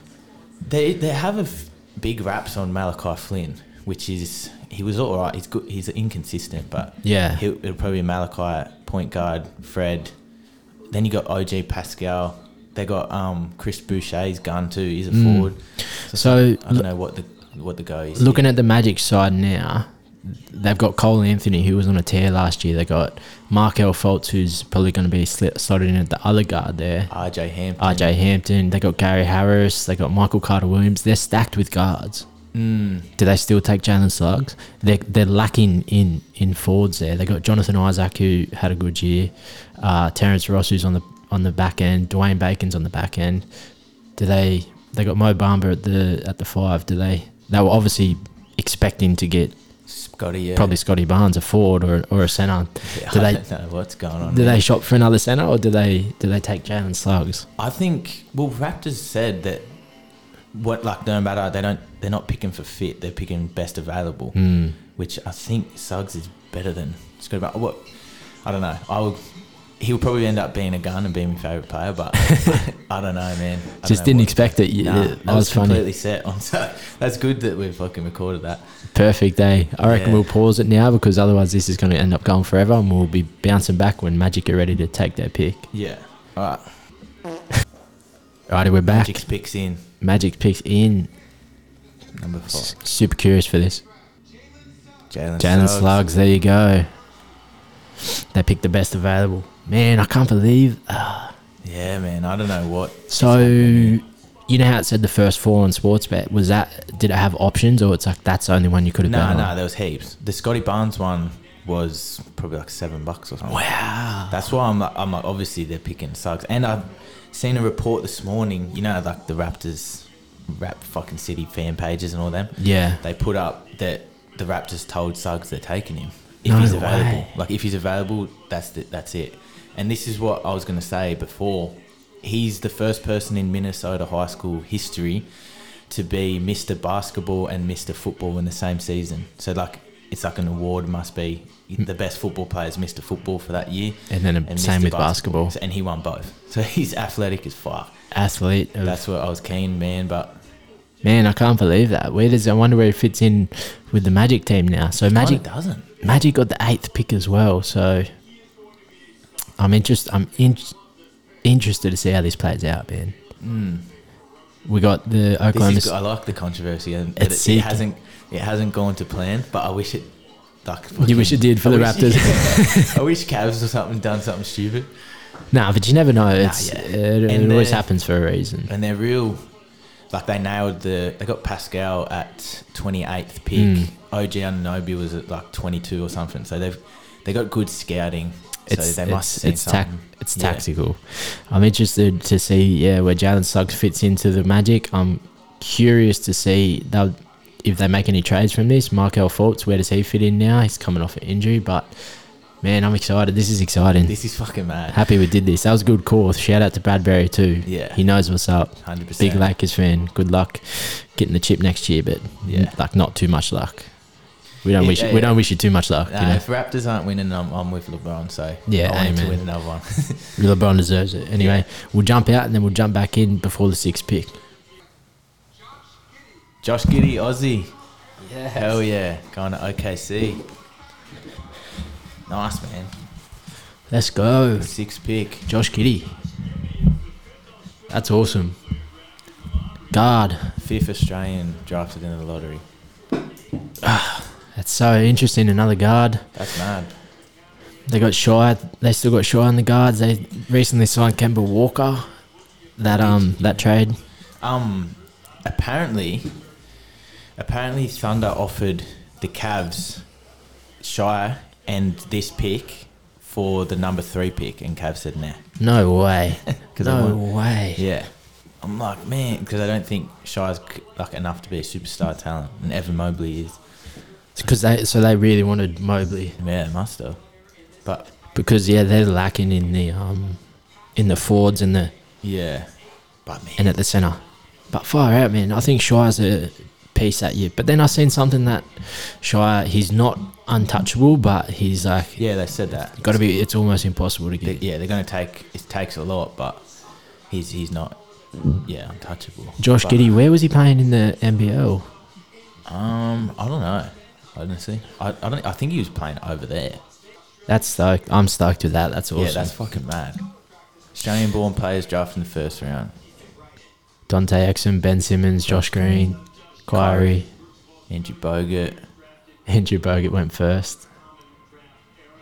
B: they they have a f- big raps on Malachi Flynn, which is he was all right. He's good. He's inconsistent, but
A: Yeah.
B: he'll, it'll probably be Malachi point guard Fred. Then you got OG Pascal. They got um, Chris Boucher's gun too. He's a
A: Mm.
B: forward.
A: So
B: I don't know what the what the go is. here.
A: looking at the Magic side now, they've got Cole Anthony, who was on a tear last year. They got Markel Fultz, who's probably going to be sli- slotted in at the other guard there.
B: RJ Hampton.
A: RJ Hampton. They got Gary Harris. They got Michael Carter Williams. They're stacked with guards.
B: Hmm.
A: Mm. Do they still take Jalen Suggs? They're, they're lacking in in forwards there. They got Jonathan Isaac who had a good year. Uh, Terrence Ross who's on the on the back end. Dwayne Bacon's on the back end. Do they? They got Mo Bamba at the at the five. Do they? They were obviously expecting to get
B: Scotty, yeah.
A: probably Scotty Barnes a forward or or a center. Do they?
B: I don't know what's going on.
A: Do
B: there.
A: they shop for another center or do they? Do they take Jalen Suggs?
B: I think well, Raptors said that what like no matter they don't they're not picking for fit, they're picking best available,
A: Hmm.
B: mm. which I think Suggs is better than Scotty. But what I don't know. I will. He'll probably end up being a gun and being my favorite player, but I don't know, man. I
A: Just
B: don't
A: didn't
B: know
A: expect it. Yeah,
B: what- Nah,
A: that
B: I
A: was, funny.
B: completely set on. So that's good that we fucking recorded that.
A: Perfect day. I reckon
B: Yeah.
A: we'll pause it now because otherwise this is going to end up going forever, and we'll be bouncing back when Magic are ready to take their pick.
B: Yeah. All right.
A: Alrighty, we're back.
B: Magic's picks in
A: Magic picks in.
B: number four.
A: S- super curious for this.
B: Jalen
A: Jalen Slugs, there you go. They picked the best available. Man, I can't believe. uh,
B: Yeah, man. I don't know what.
A: So, you know how it said the first four on sports bet was that? Did it have options, or it's like that's the only one you could have
B: No,
A: bet
B: no,
A: on?
B: there was heaps. The Scotty Barnes one was probably like seven bucks or something. Wow. That's why I'm like, I'm like, obviously they're picking Suggs. And I've seen a report this morning, you know, like the Raptors, Rap fucking City fan pages and all them.
A: Yeah.
B: They put up that the Raptors told Suggs they're taking him if
A: No
B: he's
A: way.
B: available. Like if he's available, that's the, that's it. And this is what I was going to say before. He's the first person in Minnesota high school history to be Mr. Basketball and Mr. Football in the same season. So like it's like an award must be the best football player is Mr. Football for that year.
A: And then same with basketball.
B: So- And he won both. So he's athletic as fuck.
A: Athlete. of-
B: That's what I was keen, man, but
A: man, I can't believe that. Where does I wonder where it fits in with the Magic team now? So Magic
B: Magic doesn't.
A: Magic got the eighth pick as well, so I'm interested. I'm in- interested to see how this plays out, man. We got the Oklahoma.
B: Hmm. This is, I like the controversy, and
A: It's
B: it, it
A: sick.
B: hasn't it hasn't gone to plan. But I wish it like
A: You wish it did for
B: I
A: the
B: wish-
A: Raptors.
B: yeah. I wish Cavs or something done something stupid.
A: nah, but you never know. It's
B: yeah.
A: it, it
B: And
A: always
B: the-
A: happens for a reason.
B: And they're real, like they nailed the. They got Pascal at twenty eighth pick.
A: Hmm.
B: OG Anunoby was at like twenty two or something. So they've they got good scouting.
A: It's
B: so they
A: it's
B: must have seen
A: it's, tac-
B: something.
A: it's
B: Yeah.
A: tactical. I'm interested to see yeah where Jalen Suggs fits into the Magic. I'm curious to see that if they make any trades from this. Markel Fultz, where does he fit in now? He's coming off an injury, but man, I'm excited. This is exciting.
B: This is fucking mad.
A: Happy we did this. That was a good call. Shout out to Bradbury too.
B: Yeah.
A: he knows what's up.
B: 100%.
A: Big Lakers fan. Good luck getting the chip next year, but
B: Yeah.
A: like not too much luck. We don't
B: Yeah,
A: wish
B: yeah,
A: we
B: yeah.
A: don't wish you too much luck.
B: Nah,
A: you know?
B: If Raptors aren't winning, I'm, I'm with LeBron. So
A: Yeah,
B: I want him to
A: amen.
B: win another one.
A: LeBron deserves it. Anyway, we'll jump out and then we'll jump back in before the sixth pick.
B: Josh Giddy, Aussie. Yeah. Hell yeah. Going to OKC. Nice, man.
A: Let's go.
B: Six pick.
A: Josh Kitty. That's awesome. God,
B: Fifth Australian drafted in the lottery.
A: that's so interesting. Another guard.
B: That's mad.
A: They got Shy. They still got Shy on the guards. They recently signed Kemba Walker. That um that trade.
B: Um, apparently, apparently Thunder offered the Cavs Shire and this pick for the number three pick, and Cavs said nah.
A: No way.
B: 'Cause I
A: no
B: want-
A: way.
B: Yeah. I'm like, man, because I don't think Shire's c- like enough to be a superstar talent, and Evan Mobley is.
A: Because they so they really wanted Mobley
B: Yeah, must have. But
A: because yeah they're lacking in the um in the forwards and the
B: Yeah. But man,
A: and at the centre. But far out, man. I think Shire's a piece that year. But then I seen something that Shire, he's not untouchable, but he's like,
B: yeah, they said that.
A: got to be, it's almost impossible to
B: They-
A: get.
B: yeah, they're gonna take. It takes a lot, but he's he's not. Yeah, untouchable.
A: Josh
B: But,
A: Giddy, where was he playing in the NBL?
B: Um, I don't know. Honestly, I, I don't. I think he was playing over there.
A: That's stoked. I'm stoked with that. That's awesome.
B: Yeah, that's fucking mad. Australian-born players drafted in the first round.
A: Dante Exum, Ben Simmons, Josh Green, Kyrie,
B: Andrew Bogut.
A: Andrew Bogut went first.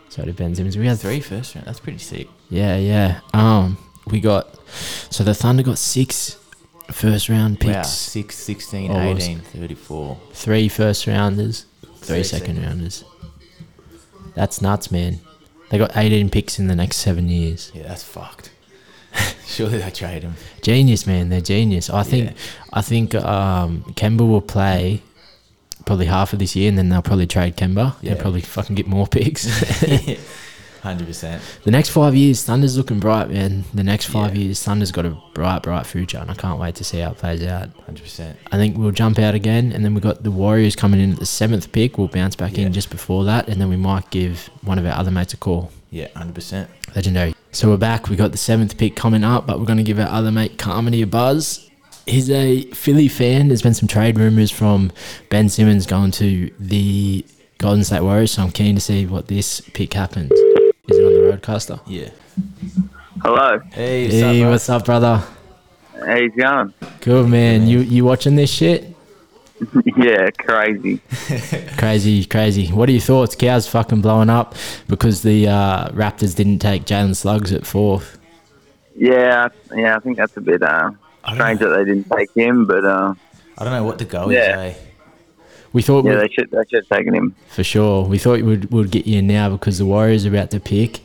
A: So did Ben Simmons. We had
B: Three first round. That's pretty sick.
A: Yeah, yeah. Um, we got so the Thunder got six first round picks. Oh,
B: Wow. 6, 16,
A: Almost.
B: 18, 34.
A: three first rounders, three
B: Three
A: second
B: seconds.
A: rounders. That's nuts, man. They got 18 picks in the next seven years.
B: Yeah, that's fucked. Surely they trade him.
A: Genius, man. They're genius. I think,
B: Yeah.
A: I think um, Kemba will play probably half of this year, and then they'll probably trade Kemba and
B: Yeah.
A: probably fucking get more picks.
B: Hundred percent.
A: the next five years, Thunder's looking bright, man. The next five
B: Yeah.
A: years, Thunder's got a bright, bright future, and I can't wait to see how it plays out.
B: Hundred percent.
A: I think we'll jump out again, and then we've got the Warriors coming in at the seventh pick. We'll bounce back
B: Yeah.
A: in just before that, and then we might give one of our other mates a call.
B: Yeah, hundred percent.
A: Legendary. So we're back. We got the seventh pick coming up, but we're going to give our other mate Carmody a buzz. He's a Philly fan. There's been some trade rumors from Ben Simmons going to the Golden State Warriors, so I'm keen to see what this pick happens. Is it on the roadcaster?
B: Yeah.
D: Hello.
B: Hey, what's up,
A: Hey,
B: bro?
A: what's up, brother?
D: How you going?
A: Good man. You you watching this shit?
D: yeah, crazy.
A: Crazy, crazy. What are your thoughts? Cows fucking blowing up because the uh, Raptors didn't take Jalen Slugs at fourth.
D: Yeah, yeah. I think that's a bit uh,
B: I don't
D: strange
B: know.
D: that they didn't take him, but uh,
B: I don't know what to go
D: Yeah.
B: is. Eh?
A: We thought
D: yeah,
A: we,
D: they should they should have taken him.
A: for sure. We thought we'd we'd get you now because the Warriors are about to pick,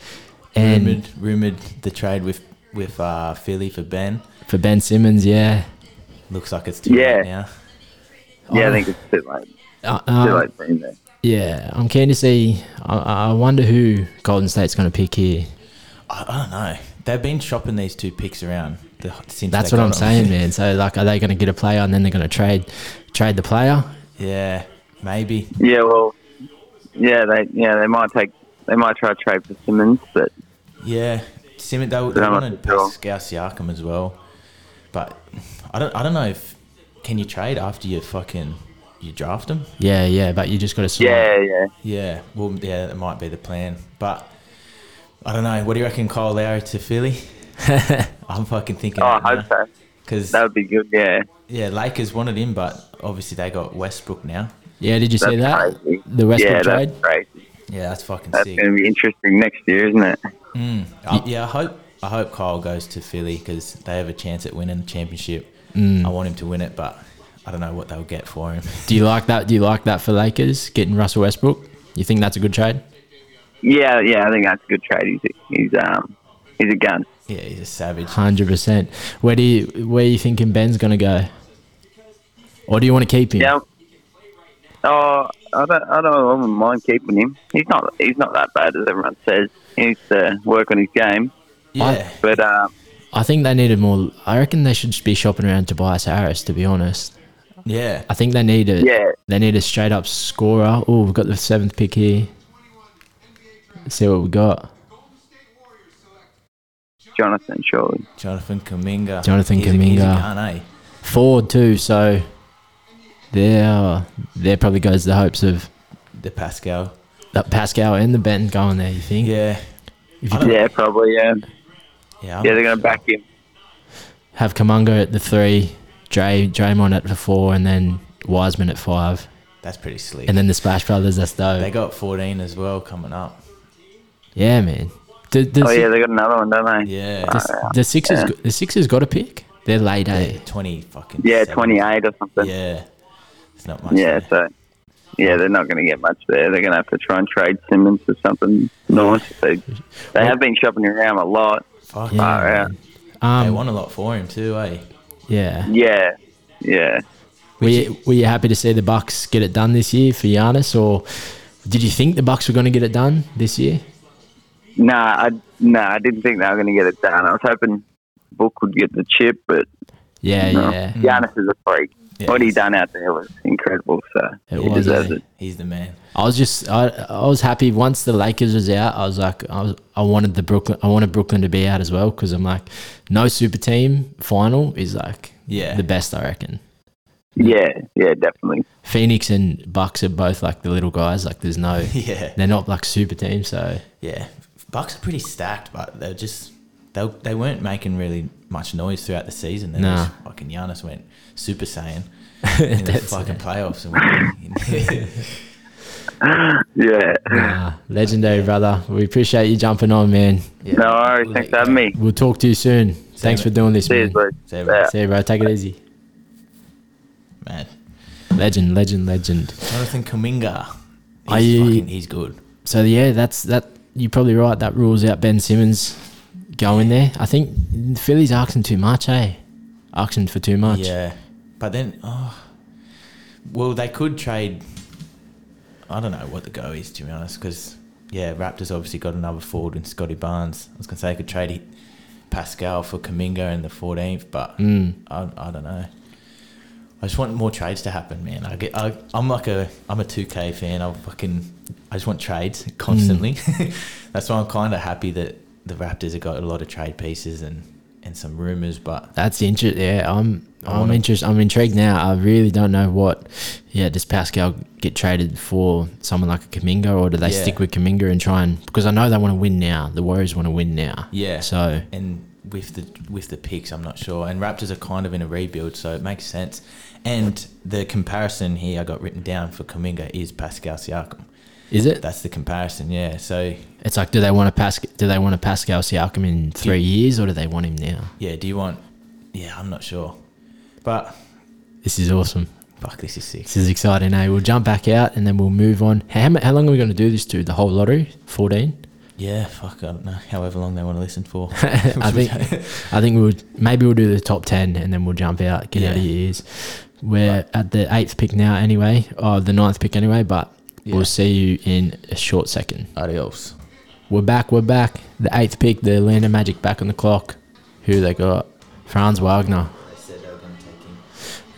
A: and
B: Rumored, rumored the trade with with uh, Philly for Ben
A: for Ben Simmons, yeah.
B: looks like it's too
D: Yeah.
B: late now.
D: Yeah,
A: Oh.
D: I think it's too late.
A: Uh,
D: Too
A: um,
D: late for him there.
A: yeah, I'm keen to see. I, I wonder who Golden State's going to pick here.
B: I, I don't know. They've been shopping these two picks around the, since
A: That's
B: they
A: what
B: got
A: I'm
B: them.
A: saying, man. So like, are they going to get a player and then they're going to trade trade the player?
B: Yeah, maybe.
D: Yeah, well, yeah, they yeah they might take they might try to trade for Simmons, but
B: Yeah, Simmons. They, they
D: Don't know
B: wanted
D: what to do.
B: Pascal Siakam as well, but I don't. I don't know if can you trade after you fucking you draft them.
A: Yeah, yeah. But you just got to sort.
D: yeah, yeah,
B: Yeah, well, yeah, that might be the plan, but I don't know. What do you reckon, Kyle Lowry to Philly? I'm fucking thinking.
D: oh, I hope so.
B: Because
D: That would be good. Yeah,
B: yeah, Lakers wanted him, but obviously they got Westbrook now.
A: Yeah, did you see that?
D: that's crazy.
A: The Westbrook
D: yeah,
A: trade.
D: that's crazy.
B: Yeah, that's fucking
D: That's
B: sick.
D: going to be interesting next year, isn't it?
B: Uh, yeah, I hope I hope Kyle goes to Philly because they have a chance at winning the championship.
A: Mm.
B: I want him to win it, but I don't know what they'll get for him.
A: Do you like that? Do you like that for Lakers getting Russell Westbrook? You think that's a good trade?
D: Yeah, yeah, I think that's a good trade. He's a, he's um he's a gun.
B: yeah, he's a savage.
A: Hundred percent. Where do you where you thinking Ben's going to go? Or do you want to keep him?
D: Yeah. Oh, I don't, I don't, I wouldn't mind keeping him. He's not, he's not that bad as everyone says. He needs to work on his game,
B: Yeah,
D: but um,
A: I think they needed more. I reckon they should be shopping around Tobias Harris. To be honest,
B: yeah.
A: I think they need a
D: Yeah.
A: they need a straight up scorer. Oh, we've got the seventh pick here. Let's see what we got.
D: Jonathan surely.
B: Jonathan Kaminga.
A: Jonathan
B: he's a- he's a
A: Kuminga.
B: gun, eh?
A: Ford too. So there there probably goes the hopes of
B: The Pascal.
A: the Pascal and the Ben going there. You think?
B: Yeah,
A: If you
B: I don't-
D: Yeah, probably. Yeah,
B: yeah. I'm
D: yeah,
B: not
D: they're going to
B: sure.
D: back him.
A: have Kamunga at the three, Dray Draymond at the four, and then Wiseman at five,
B: That's pretty slick.
A: and then the Splash Brothers. That's
B: They
A: dope.
B: got 14 as well coming up.
A: Yeah, man. The, the,
D: Oh yeah, they got another one, don't they? Uh,
B: Yeah.
A: the, the Sixers.
D: Yeah.
A: go- The Sixers got a pick. They're late, eh?
B: Yeah, 20 fucking.
D: Yeah,
B: seven.
D: twenty-eight or something. Yeah,
B: Yeah. It's not much. there.
D: so yeah, they're not going to get much there. They're going to have to try and trade Simmons or something nice. They, they have been shopping around a lot. Uh,
B: Fuck.
A: Yeah.
D: Far out.
B: They
A: Um,
B: won a lot for him too, eh?
A: yeah.
D: Yeah, yeah.
A: Were you, were you happy to see the Bucks get it done this year for Giannis, or did you think the Bucks were going to get it done this year?
D: Nah, I nah, I didn't think they were going to get it done. I was hoping Book would get the chip, but
A: Yeah,
D: no.
A: yeah.
D: Giannis is a freak.
B: Yeah,
D: what he
B: he's-
D: done out there was incredible. So
A: It
D: he
A: was,
D: deserves
A: eh?
D: it.
B: He's the man.
A: I was just I, I was happy once the Lakers was out. I was like I, was, I wanted the Brooklyn I wanted Brooklyn to be out as well because I'm like no super team final is like
B: Yeah.
A: the best I reckon.
D: Yeah, yeah, definitely.
A: Phoenix and Bucks are both like the little guys. Like there's no
B: Yeah.
A: they're not like super teams. So
B: Yeah. Bucks are pretty stacked, but they're just. They, they weren't making really much noise throughout the season. They
A: Nah.
B: just fucking Giannis went Super Saiyan in the fucking playoffs. And won.
D: Yeah.
A: nah, legendary brother. We appreciate you jumping on, man.
B: yeah.
D: No worries. Thanks for having me.
A: We'll talk to you soon. Thanks for doing this,
D: Cheers,
A: man.
D: boys.
B: See you, bro.
D: Yeah.
A: See you, bro. Take it easy.
B: Man.
A: Legend, legend, legend.
B: Jonathan Kaminga. He's,
A: Are you-
B: fucking, he's good.
A: So yeah, that's that. You're probably right. That rules out Ben Simmons going there. I think Philly's asking too much, eh? Asking for too much.
B: Yeah, but then, oh, well, they could trade. I don't know what the go is to be honest, because yeah, Raptors obviously got another forward in Scotty Barnes. I was gonna say they could trade he- Pascal for Kaminga in the fourteenth, but I, I don't know. I just want more trades to happen, man. I get, I, I'm like a, I'm a 2K fan. I fucking, I just want trades constantly. That's why I'm kind of happy that the Raptors have got a lot of trade pieces and and some rumors, but
A: That's interesting. Yeah, I'm. I'm
B: wanna-
A: interested. I'm intrigued now. I really don't know what. Yeah, does Pascal get traded for someone like a Kaminga, or do they
B: Yeah.
A: stick with Kaminga and try and? Because I know they want to win now. The Warriors want to win now.
B: Yeah.
A: So
B: and with the with the picks. I'm not sure. And Raptors are kind of in a rebuild, so it makes sense. And the comparison here I got written down for Kaminga is Pascal Siakam.
A: Is it?
B: That's the comparison, yeah. So
A: It's like, do they want to pass? Do they want to Pascal Siakam in three years, or do they want him now?
B: yeah, do you want? Yeah, I'm not sure, but
A: This is awesome.
B: fuck, this is sick.
A: This is exciting, eh? We'll jump back out and then we'll move on. How, mu- how long are we going to do this to? The whole lottery? 14?
B: Yeah, fuck, I don't know. However long they want to listen for.
A: I think I think we'll maybe we'll do the top 10 and then we'll jump out, get out of
B: Yeah.
A: your ears. We're at the eighth pick now, anyway, or the ninth pick, anyway, but
B: Yeah.
A: we'll see you in a short second.
B: Adios.
A: We're back, we're back. The eighth pick, the Atlanta Magic back on the clock. Who they got? Franz Wagner,
B: They said they were going to take him.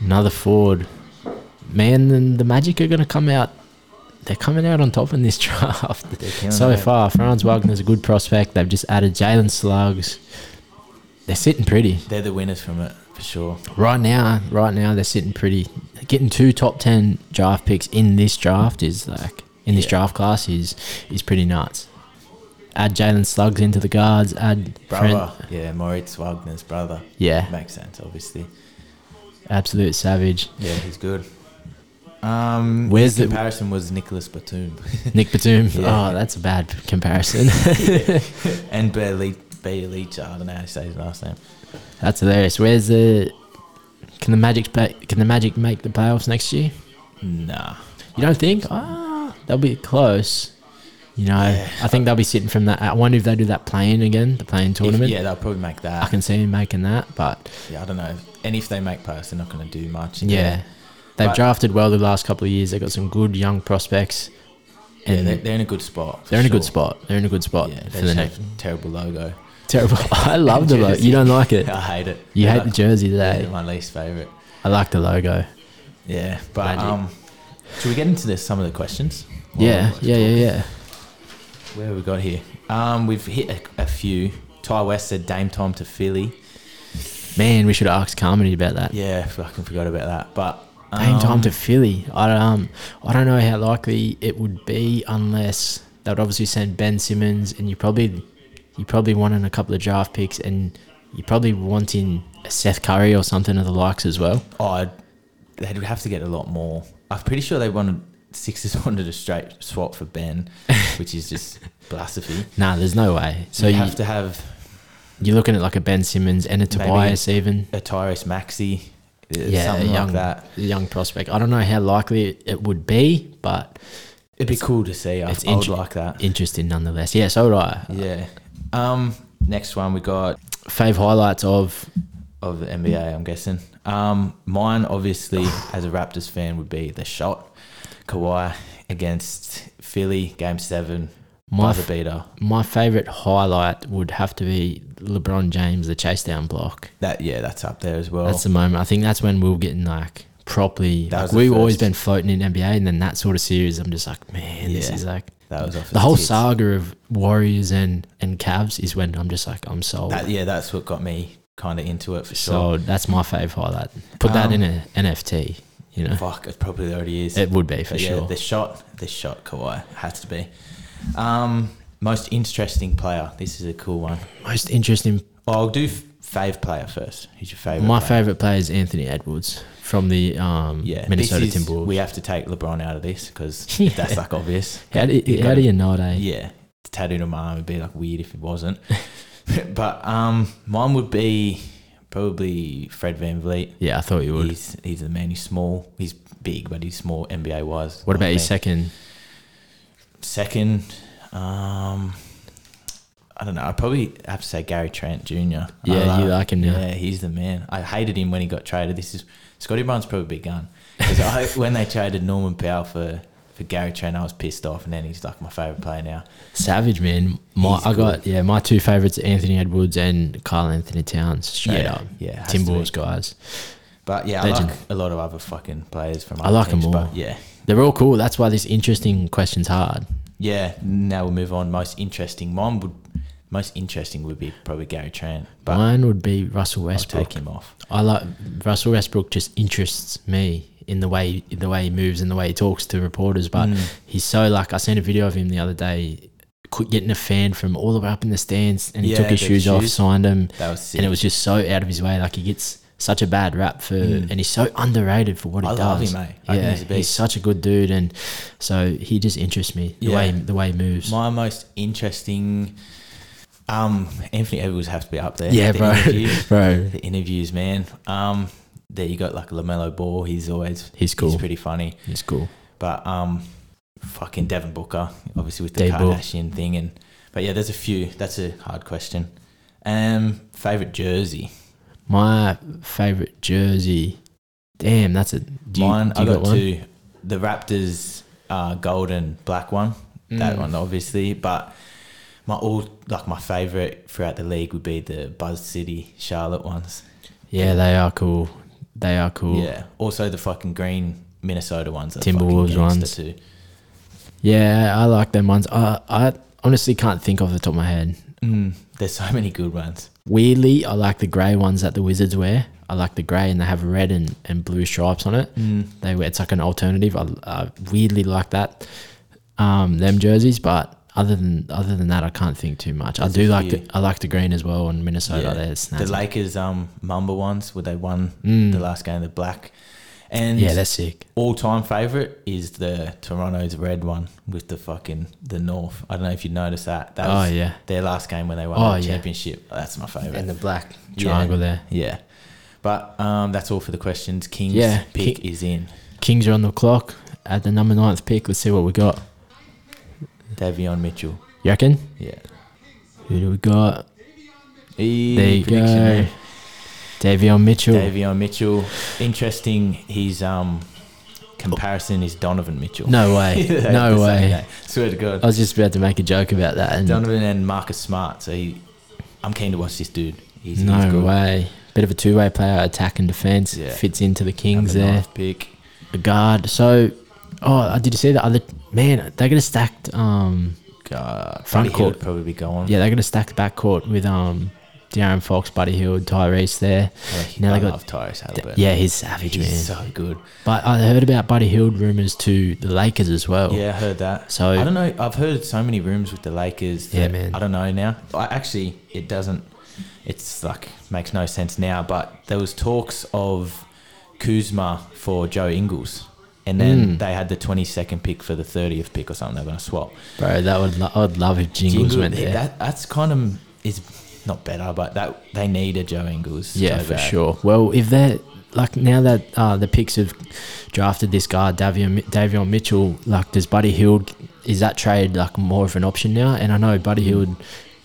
A: another Ford. Man, and the Magic are going to come out. They're coming out on top in this draft.
B: killing
A: So
B: it.
A: far, Franz Wagner's a good prospect. They've just added Jalen Slugs. They're sitting pretty
B: They're the winners from it for sure.
A: right now. Right now, they're sitting pretty. Getting two top ten draft picks in this draft is like in this
B: Yeah.
A: draft class is is pretty nuts. Add Jalen Slugs into the guards. Add Fran-
B: Brother, yeah, Moritz Wagner's brother.
A: Yeah.
B: makes sense, obviously.
A: absolute savage.
B: Yeah, he's good. Um,
A: Where's
B: Where's
A: the-
B: the comparison? Was Nicholas Batum
A: Nick Batum.
B: Yeah.
A: Oh, that's a bad comparison.
B: and Bailey Bailicha? I don't know how to say his last name.
A: That's hilarious. Where's the can the Magic pa- can the Magic make the playoffs next year?
B: Nah,
A: You don't think? Ah, they'll be close. You know, I think they'll be sitting from that. I wonder if they do that playing again, the playing
B: If-
A: tournament.
B: yeah, they'll probably make that.
A: I can see him making that, but
B: yeah, I don't know. And if they make pass, they're not going to do much.
A: yeah, they've
B: But-
A: drafted well the last couple of years. They've got some good young prospects,
B: yeah,
A: and
B: they're,
A: they're,
B: they're in a good spot. for
A: in a good
B: sure.
A: spot. They're in a good spot
B: Yeah,
A: for
B: they
A: the
B: just
A: next.
B: have terrible logo.
A: Terrible. I love the logo. You don't like it.
B: I hate it.
A: You
B: Yeah,
A: hate the jersey today.
B: yeah, my least favorite.
A: I like the logo.
B: Yeah, but
A: Magic.
B: um, should we get into this, some of the questions?
A: Yeah,
B: Well,
A: yeah, yeah, yeah.
B: Where have we got here? Um, we've hit a, a few. Ty West said Dame Tom to Philly.
A: Man, we should have asked Carmody about that.
B: Yeah, fucking forgot about that. But um,
A: Same time to Philly. I um I don't know how likely it would be unless they would obviously send Ben Simmons and you probably you probably wanting a couple of draft picks and you probably wanting a Seth Curry or something of the likes as well.
B: oh, I'd- they'd have to get a lot more. I'm pretty sure they wanted Sixers wanted a straight swap for Ben, which is just philosophy.
A: Nah, there's no way. So
B: So you
A: you,
B: have to have
A: you're looking at like a Ben Simmons and a Tobias even.
B: a Tyrese Maxey, yeah,
A: Yeah, a
B: something
A: young,
B: like that.
A: a young prospect. I don't know how likely it would be, but
B: It'd be cool to see. I,
A: it's
B: I would
A: inter-
B: like that.
A: interesting nonetheless. Yeah, so would I.
B: yeah. Um. Next one we got
A: Fave highlights of
B: of the NBA, I'm guessing. Um, mine, obviously, as a Raptors fan, would be the shot. Kawhi against Philly, game seven,
A: My
B: buzzer
A: f-
B: beater.
A: My favorite highlight would have to be LeBron James, the chase down block.
B: That yeah, that's up there as well.
A: That's the moment. I think that's when we were getting like properly.
B: Oh. That
A: Like
B: was the
A: we've always
B: first.
A: been floating in NBA, and then that sort of series, I'm just like, man, this
B: Yeah.
A: is like
B: that was off
A: the whole
B: tits.
A: saga of Warriors and and Cavs is when I'm just like, I'm sold.
B: That, yeah, that's what got me kind of into it for sure.
A: sold. That's my favorite highlight. Put that
B: Um,
A: in a NFT. You know,
B: Fuck, it probably already is.
A: it would be for
B: But yeah,
A: sure.
B: the shot, the shot, Kawhi has to be. Um, most interesting player. This is a cool one.
A: Most interesting.
B: Oh, I'll do f- fave player first. Who's your favorite?
A: My
B: player?
A: favorite player is Anthony Edwards from the um,
B: Yeah,
A: Minnesota
B: this is-
A: Timberwolves.
B: We have to take LeBron out of this because
A: Yeah.
B: that's like obvious.
A: how do,
B: You
A: how
B: gotta-
A: do you not? Eh?
B: Yeah, it's tattooed on my arm would be like weird if it wasn't. but um, mine would be probably Fred Van Vliet.
A: yeah, I thought you would.
B: He's he's the man. He's small. He's big, but he's small NBA wise.
A: What about your second?
B: second? Um, I don't know. I probably have to say Gary Trent Jr. I
A: Yeah, you like him now.
B: Yeah, he's the man. I hated him when he got traded. This is Scotty Barnes probably a big gun because when they traded Norman Powell for. For Gary Trent, I was pissed off, and then he's like my favorite player now.
A: Savage man, my
B: He's
A: I got yeah my two favorites are Anthony Edwards and Carl Anthony Towns straight
B: Yeah,
A: up
B: yeah, has to
A: Timberwolves
B: be.
A: guys
B: But yeah,
A: Legend.
B: I like a lot of other fucking players from.
A: I
B: other
A: like 'em
B: teams,
A: all.
B: but Yeah,
A: they're all cool that's why this interesting question's hard
B: yeah. Now we'll move on. Most interesting. Mine would. Most interesting would be probably Gary Trent, but
A: mine would be Russell
B: I'll take
A: Westbrook
B: him off.
A: I like Russell Westbrook just interests me in the way
B: Mm.
A: in the way he moves and the way he talks to reporters but he's so like I seen a video of him the other day qu- getting a fan from all the way up in the stands, and he
B: Yeah,
A: took his
B: the
A: shoes, off,
B: shoes.
A: signed them,
B: That was sick.
A: and it was just so out of his way. Like he gets such a bad rap for, and he's so underrated for what he
B: Mm. I
A: does.
B: love him, mate. I think
A: Yeah,
B: he's a
A: he's,
B: beast.
A: such a good dude, and so he just interests me the
B: Yeah.
A: way the way he moves.
B: My most interesting, um, Anthony Edwards have to be up there.
A: yeah,
B: The
A: bro,
B: interview-
A: bro.
B: The interviews, man. Um, there you got like Lamelo Ball. He's always
A: He's cool.
B: He's pretty funny.
A: It's cool.
B: But um, fucking Devin Booker, obviously with the
A: Dave Bull.
B: Kardashian thing, and but yeah, there's a few. That's a hard question. Um, favorite jersey.
A: My favorite jersey. Damn, that's a. Do you,
B: Mine.
A: do you
B: I got,
A: got, one?
B: two. The Raptors uh, gold and black one. That one, obviously. But my all like my favorite throughout the league would be the Buzz City Charlotte ones.
A: Yeah, they are cool. They are cool.
B: Yeah. Also the fucking green Minnesota ones. are
A: Timberwolves
B: fucking gangster
A: ones.
B: Too.
A: Yeah, I like them ones. I I honestly can't think off the top of my head.
B: Mm, there's so many good ones.
A: Weirdly, I like the grey ones that the Wizards wear. I like the grey and they have red and, and blue stripes on it. Mm. They wear, it's like an alternative. I, I weirdly like that. Um, them jerseys, but other than other than that, I can't think too much. I do
B: a
A: like the,
B: few.
A: I like the green as well in Minnesota. They're
B: the
A: snazzy.
B: Lakers um Mamba ones where they won the last game the black. And
A: Mm. yeah, they're sick.
B: all time favorite is the Toronto's red one with the fucking the North. I don't know if you noticed that. That
A: Oh,
B: was
A: yeah.
B: their last game when they won
A: Oh,
B: the
A: yeah.
B: championship. That's my favorite.
A: And the black
B: Yeah.
A: triangle there.
B: Yeah. But um, that's all for the questions. King's
A: Yeah,
B: pick
A: Ki-
B: is in.
A: Kings are on the clock at the number ninth pick. Let's see what we got.
B: Davion Mitchell.
A: You reckon?
B: Yeah.
A: Who do we got?
B: E-
A: There you
B: prediction
A: go.
B: there.
A: Davion Mitchell.
B: Davion Mitchell. Interesting. His um, comparison is Donovan Mitchell.
A: No way.
B: They're the
A: no
B: same
A: way.
B: guy. Swear to God.
A: I was just about to make a joke about that. And
B: Donovan and Marcus Smart. So he, I'm keen to watch this dude. He's, he's
A: no
B: good.
A: way. Bit of a two way player, attack and defense.
B: Yeah.
A: Fits into the Kings
B: Number
A: there.
B: ninth pick.
A: A guard. So, oh, did you see the other man? They're gonna stacked. Um,
B: God,
A: Front
B: Buddy Hield
A: court.
B: would probably be going.
A: yeah, they're gonna stack the backcourt with um, De'Aaron Fox, Buddy Hill, Tyrese there. now
B: I
A: they got.
B: love Tyrese Halliburton.
A: Yeah, he's savage,
B: he's
A: man.
B: so good.
A: but I heard about Buddy Hill rumors to the Lakers as well.
B: Yeah, I heard that.
A: Oh. So-
B: I don't know. I've heard so many rooms with the Lakers.
A: Yeah,
B: that
A: man.
B: I don't know now. I actually, it doesn't. It's like makes no sense now. But there was talks of Kuzma for Joe Ingles, and then
A: Hmm.
B: they had the twenty second pick for the thirtieth pick or something. They're going to swap.
A: bro, that would lo- I would love if Jingles
B: Ingles-
A: went there.
B: That, that's kind of is not better, but that they need a Joe Ingles.
A: Yeah,
B: so
A: for
B: bad.
A: sure. Well, if they're like now that uh, the picks have drafted this guy Davion, Davion Mitchell, like does Buddy Hield is that trade like more of an option now? And I know Buddy
B: Hmm.
A: Hield,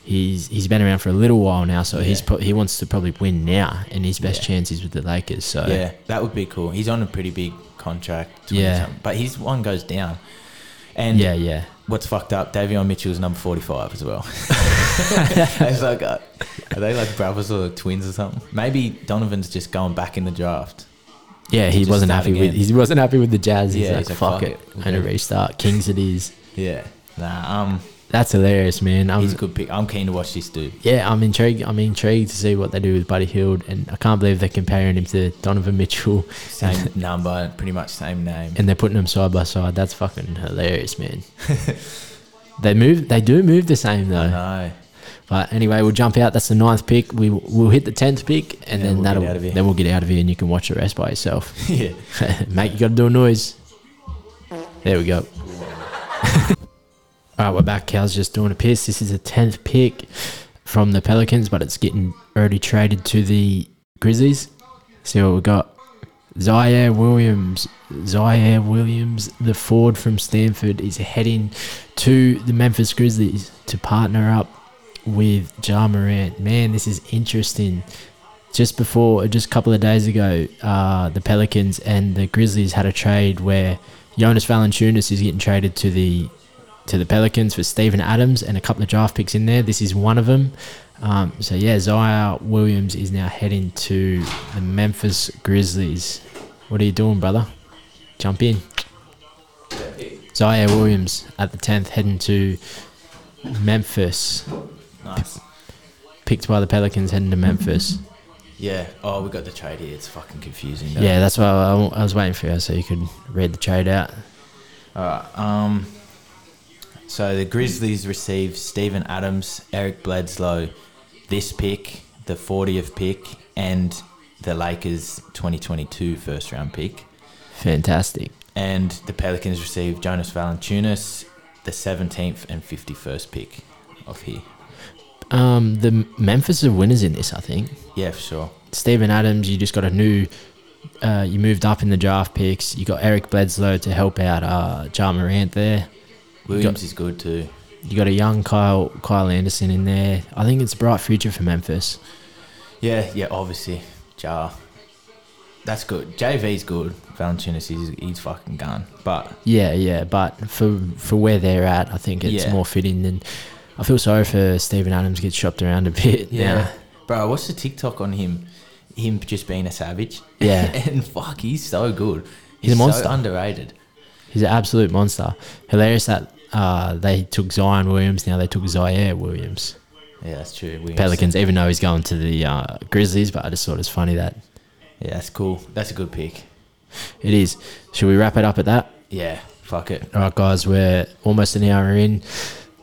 A: he's he's been around for a little while now, so he's
B: Yeah.
A: pro- he wants to probably win now, and his best
B: Yeah.
A: chance is with the Lakers. So
B: Yeah, that would be cool. He's on a pretty big contract. 20
A: Yeah.
B: something, but his one goes down. And
A: yeah, yeah.
B: what's fucked up? Davion Mitchell's number forty-five as well. it's like, uh, are they like brothers or twins or something? Maybe Donovan's just going back in the draft.
A: Yeah, he
B: Just
A: wasn't
B: start
A: happy with
B: again.
A: he wasn't happy with the Jazz. He's
B: Yeah,
A: like,
B: he's like,
A: fuck,
B: "Fuck
A: it,
B: it."
A: and a
B: Okay.
A: restart. Kings it is.
B: Yeah, nah. Um,
A: That's hilarious, man. I'm,
B: he's a good pick. I'm keen to watch this dude.
A: yeah, I'm intrigued. I'm intrigued to see what they do with Buddy Hield, and I can't believe they're comparing him to Donovan Mitchell.
B: Same number, pretty much same name.
A: and they're putting them side by side. That's fucking hilarious, man. they move. They do move the same though.
B: No,
A: But anyway, we'll jump out. That's the ninth pick. We we'll hit the tenth pick, and
B: Yeah,
A: then
B: we'll get
A: that'll
B: out of here.
A: then we'll get out of here, and you can watch the rest by yourself.
B: yeah.
A: Mate, you got to do a noise. There we go. All right, we're back. Cal's just doing a piss. This is a tenth pick from the Pelicans, but it's getting already traded to the Grizzlies. See what we got. Zaire Williams, Zaire Williams, the Ford from Stanford, is heading to the Memphis Grizzlies to partner up with Ja Morant. Man, this is interesting just before, just a couple of days ago, uh, the Pelicans and the Grizzlies had a trade where Jonas Valanciunas is getting traded to the to the Pelicans for Steven Adams and a couple of draft picks in there. This is one of them. Um, so yeah, Zaire Williams is now heading to the Memphis Grizzlies. What are you doing, brother? Jump in. Zaire Williams at the tenth, heading to Memphis.
B: Nice.
A: Picked by the Pelicans, heading to Memphis.
B: Yeah. Oh, we got the trade here. It's fucking confusing. though.
A: Yeah, that's why I, I was waiting for you so you could read the trade out.
B: All right. Um, So the Grizzlies received Stephen Adams, Eric Bledsoe, this pick, the 40th pick, and the Lakers 2022 first round pick.
A: Fantastic.
B: And the Pelicans received Jonas Valanciunas, the 17th and 51st pick of here.
A: Um, the Memphis are winners in this, I think.
B: Yeah, for sure.
A: Stephen Adams, you just got a new. Uh, you moved up in the draft picks. You got Eric Bledsoe to help out uh, Ja Morant there.
B: Williams is good too.
A: You got a young Kyle Kyle Anderson in there. I think it's a bright future for Memphis.
B: Yeah, yeah, obviously. Ja. That's good. JV's good. Valanciunas, he's, he's fucking gone. But
A: Yeah, yeah, but for for where they're at, I think it's
B: Yeah.
A: more fitting than. I feel sorry for Stephen Adams gets shopped around a bit.
B: Yeah.
A: now.
B: Bro, what's the TikTok on him? Him just being a savage.
A: Yeah.
B: and fuck, he's so good.
A: He's
B: He's,
A: a
B: so
A: monster.
B: underrated.
A: he's an absolute monster. Hilarious that uh, they took Zion Williams. Now they took Zaire Williams.
B: Yeah, that's true. Williams.
A: Pelicans, even though he's going to the uh, Grizzlies, but I just thought it's funny that
B: Yeah, that's cool. That's a good pick.
A: it is. Should we wrap it up at that?
B: Yeah, fuck it.
A: All right, guys, we're almost an hour in.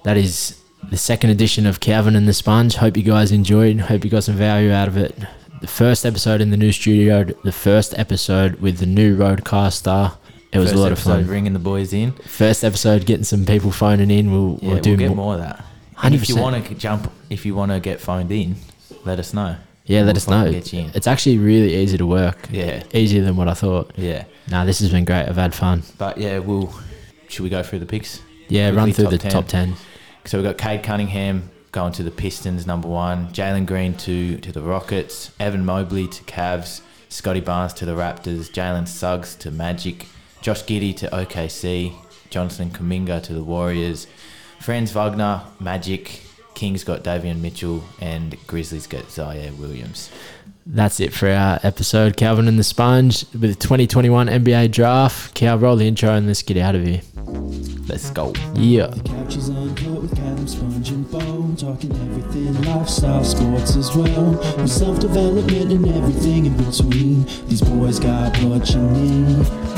A: That is the second edition of Calvin and the Sponge. Hope you guys enjoyed. Hope you got some value out of it. The first episode in the new studio, the first episode with the new Roadcaster. It was a lot of fun.
B: Bringing the boys in.
A: First episode, getting some people phoning in. We'll,
B: Yeah,
A: we'll
B: we'll,
A: do
B: get
A: more.
B: more of that. And if you
A: 100%.
B: want to jump, if you want to get phoned in, let us know.
A: Yeah, let
B: We'll
A: us know.
B: fucking Get you in.
A: It's actually really easy to work.
B: Yeah.
A: Easier than what I thought.
B: Yeah.
A: Nah, this has been great. I've had fun.
B: But yeah, we'll. Should we go through the picks?
A: Yeah,
B: Quickly,
A: run through
B: top
A: the
B: 10.
A: top 10.
B: So we've got Cade Cunningham going to the Pistons, number one. Jalen Green to, to the Rockets. Evan Mobley to Cavs. Scotty Barnes to the Raptors. Jalen Suggs to Magic. Josh Giddy to OKC. Johnson Kaminga to the Warriors. Franz Wagner, Magic. Kings got Davian Mitchell. And Grizzlies got Zaire Williams.
A: That's it for our episode, Calvin and the Sponge, with the 2021 NBA Draft. Cal, roll the intro and let's get out of here.
B: Let's go.
A: Yeah.
C: The couch is uncut with Callum, Sponge and Bone Talking everything, lifestyle, sports as well With self-development and everything in between These boys got what you need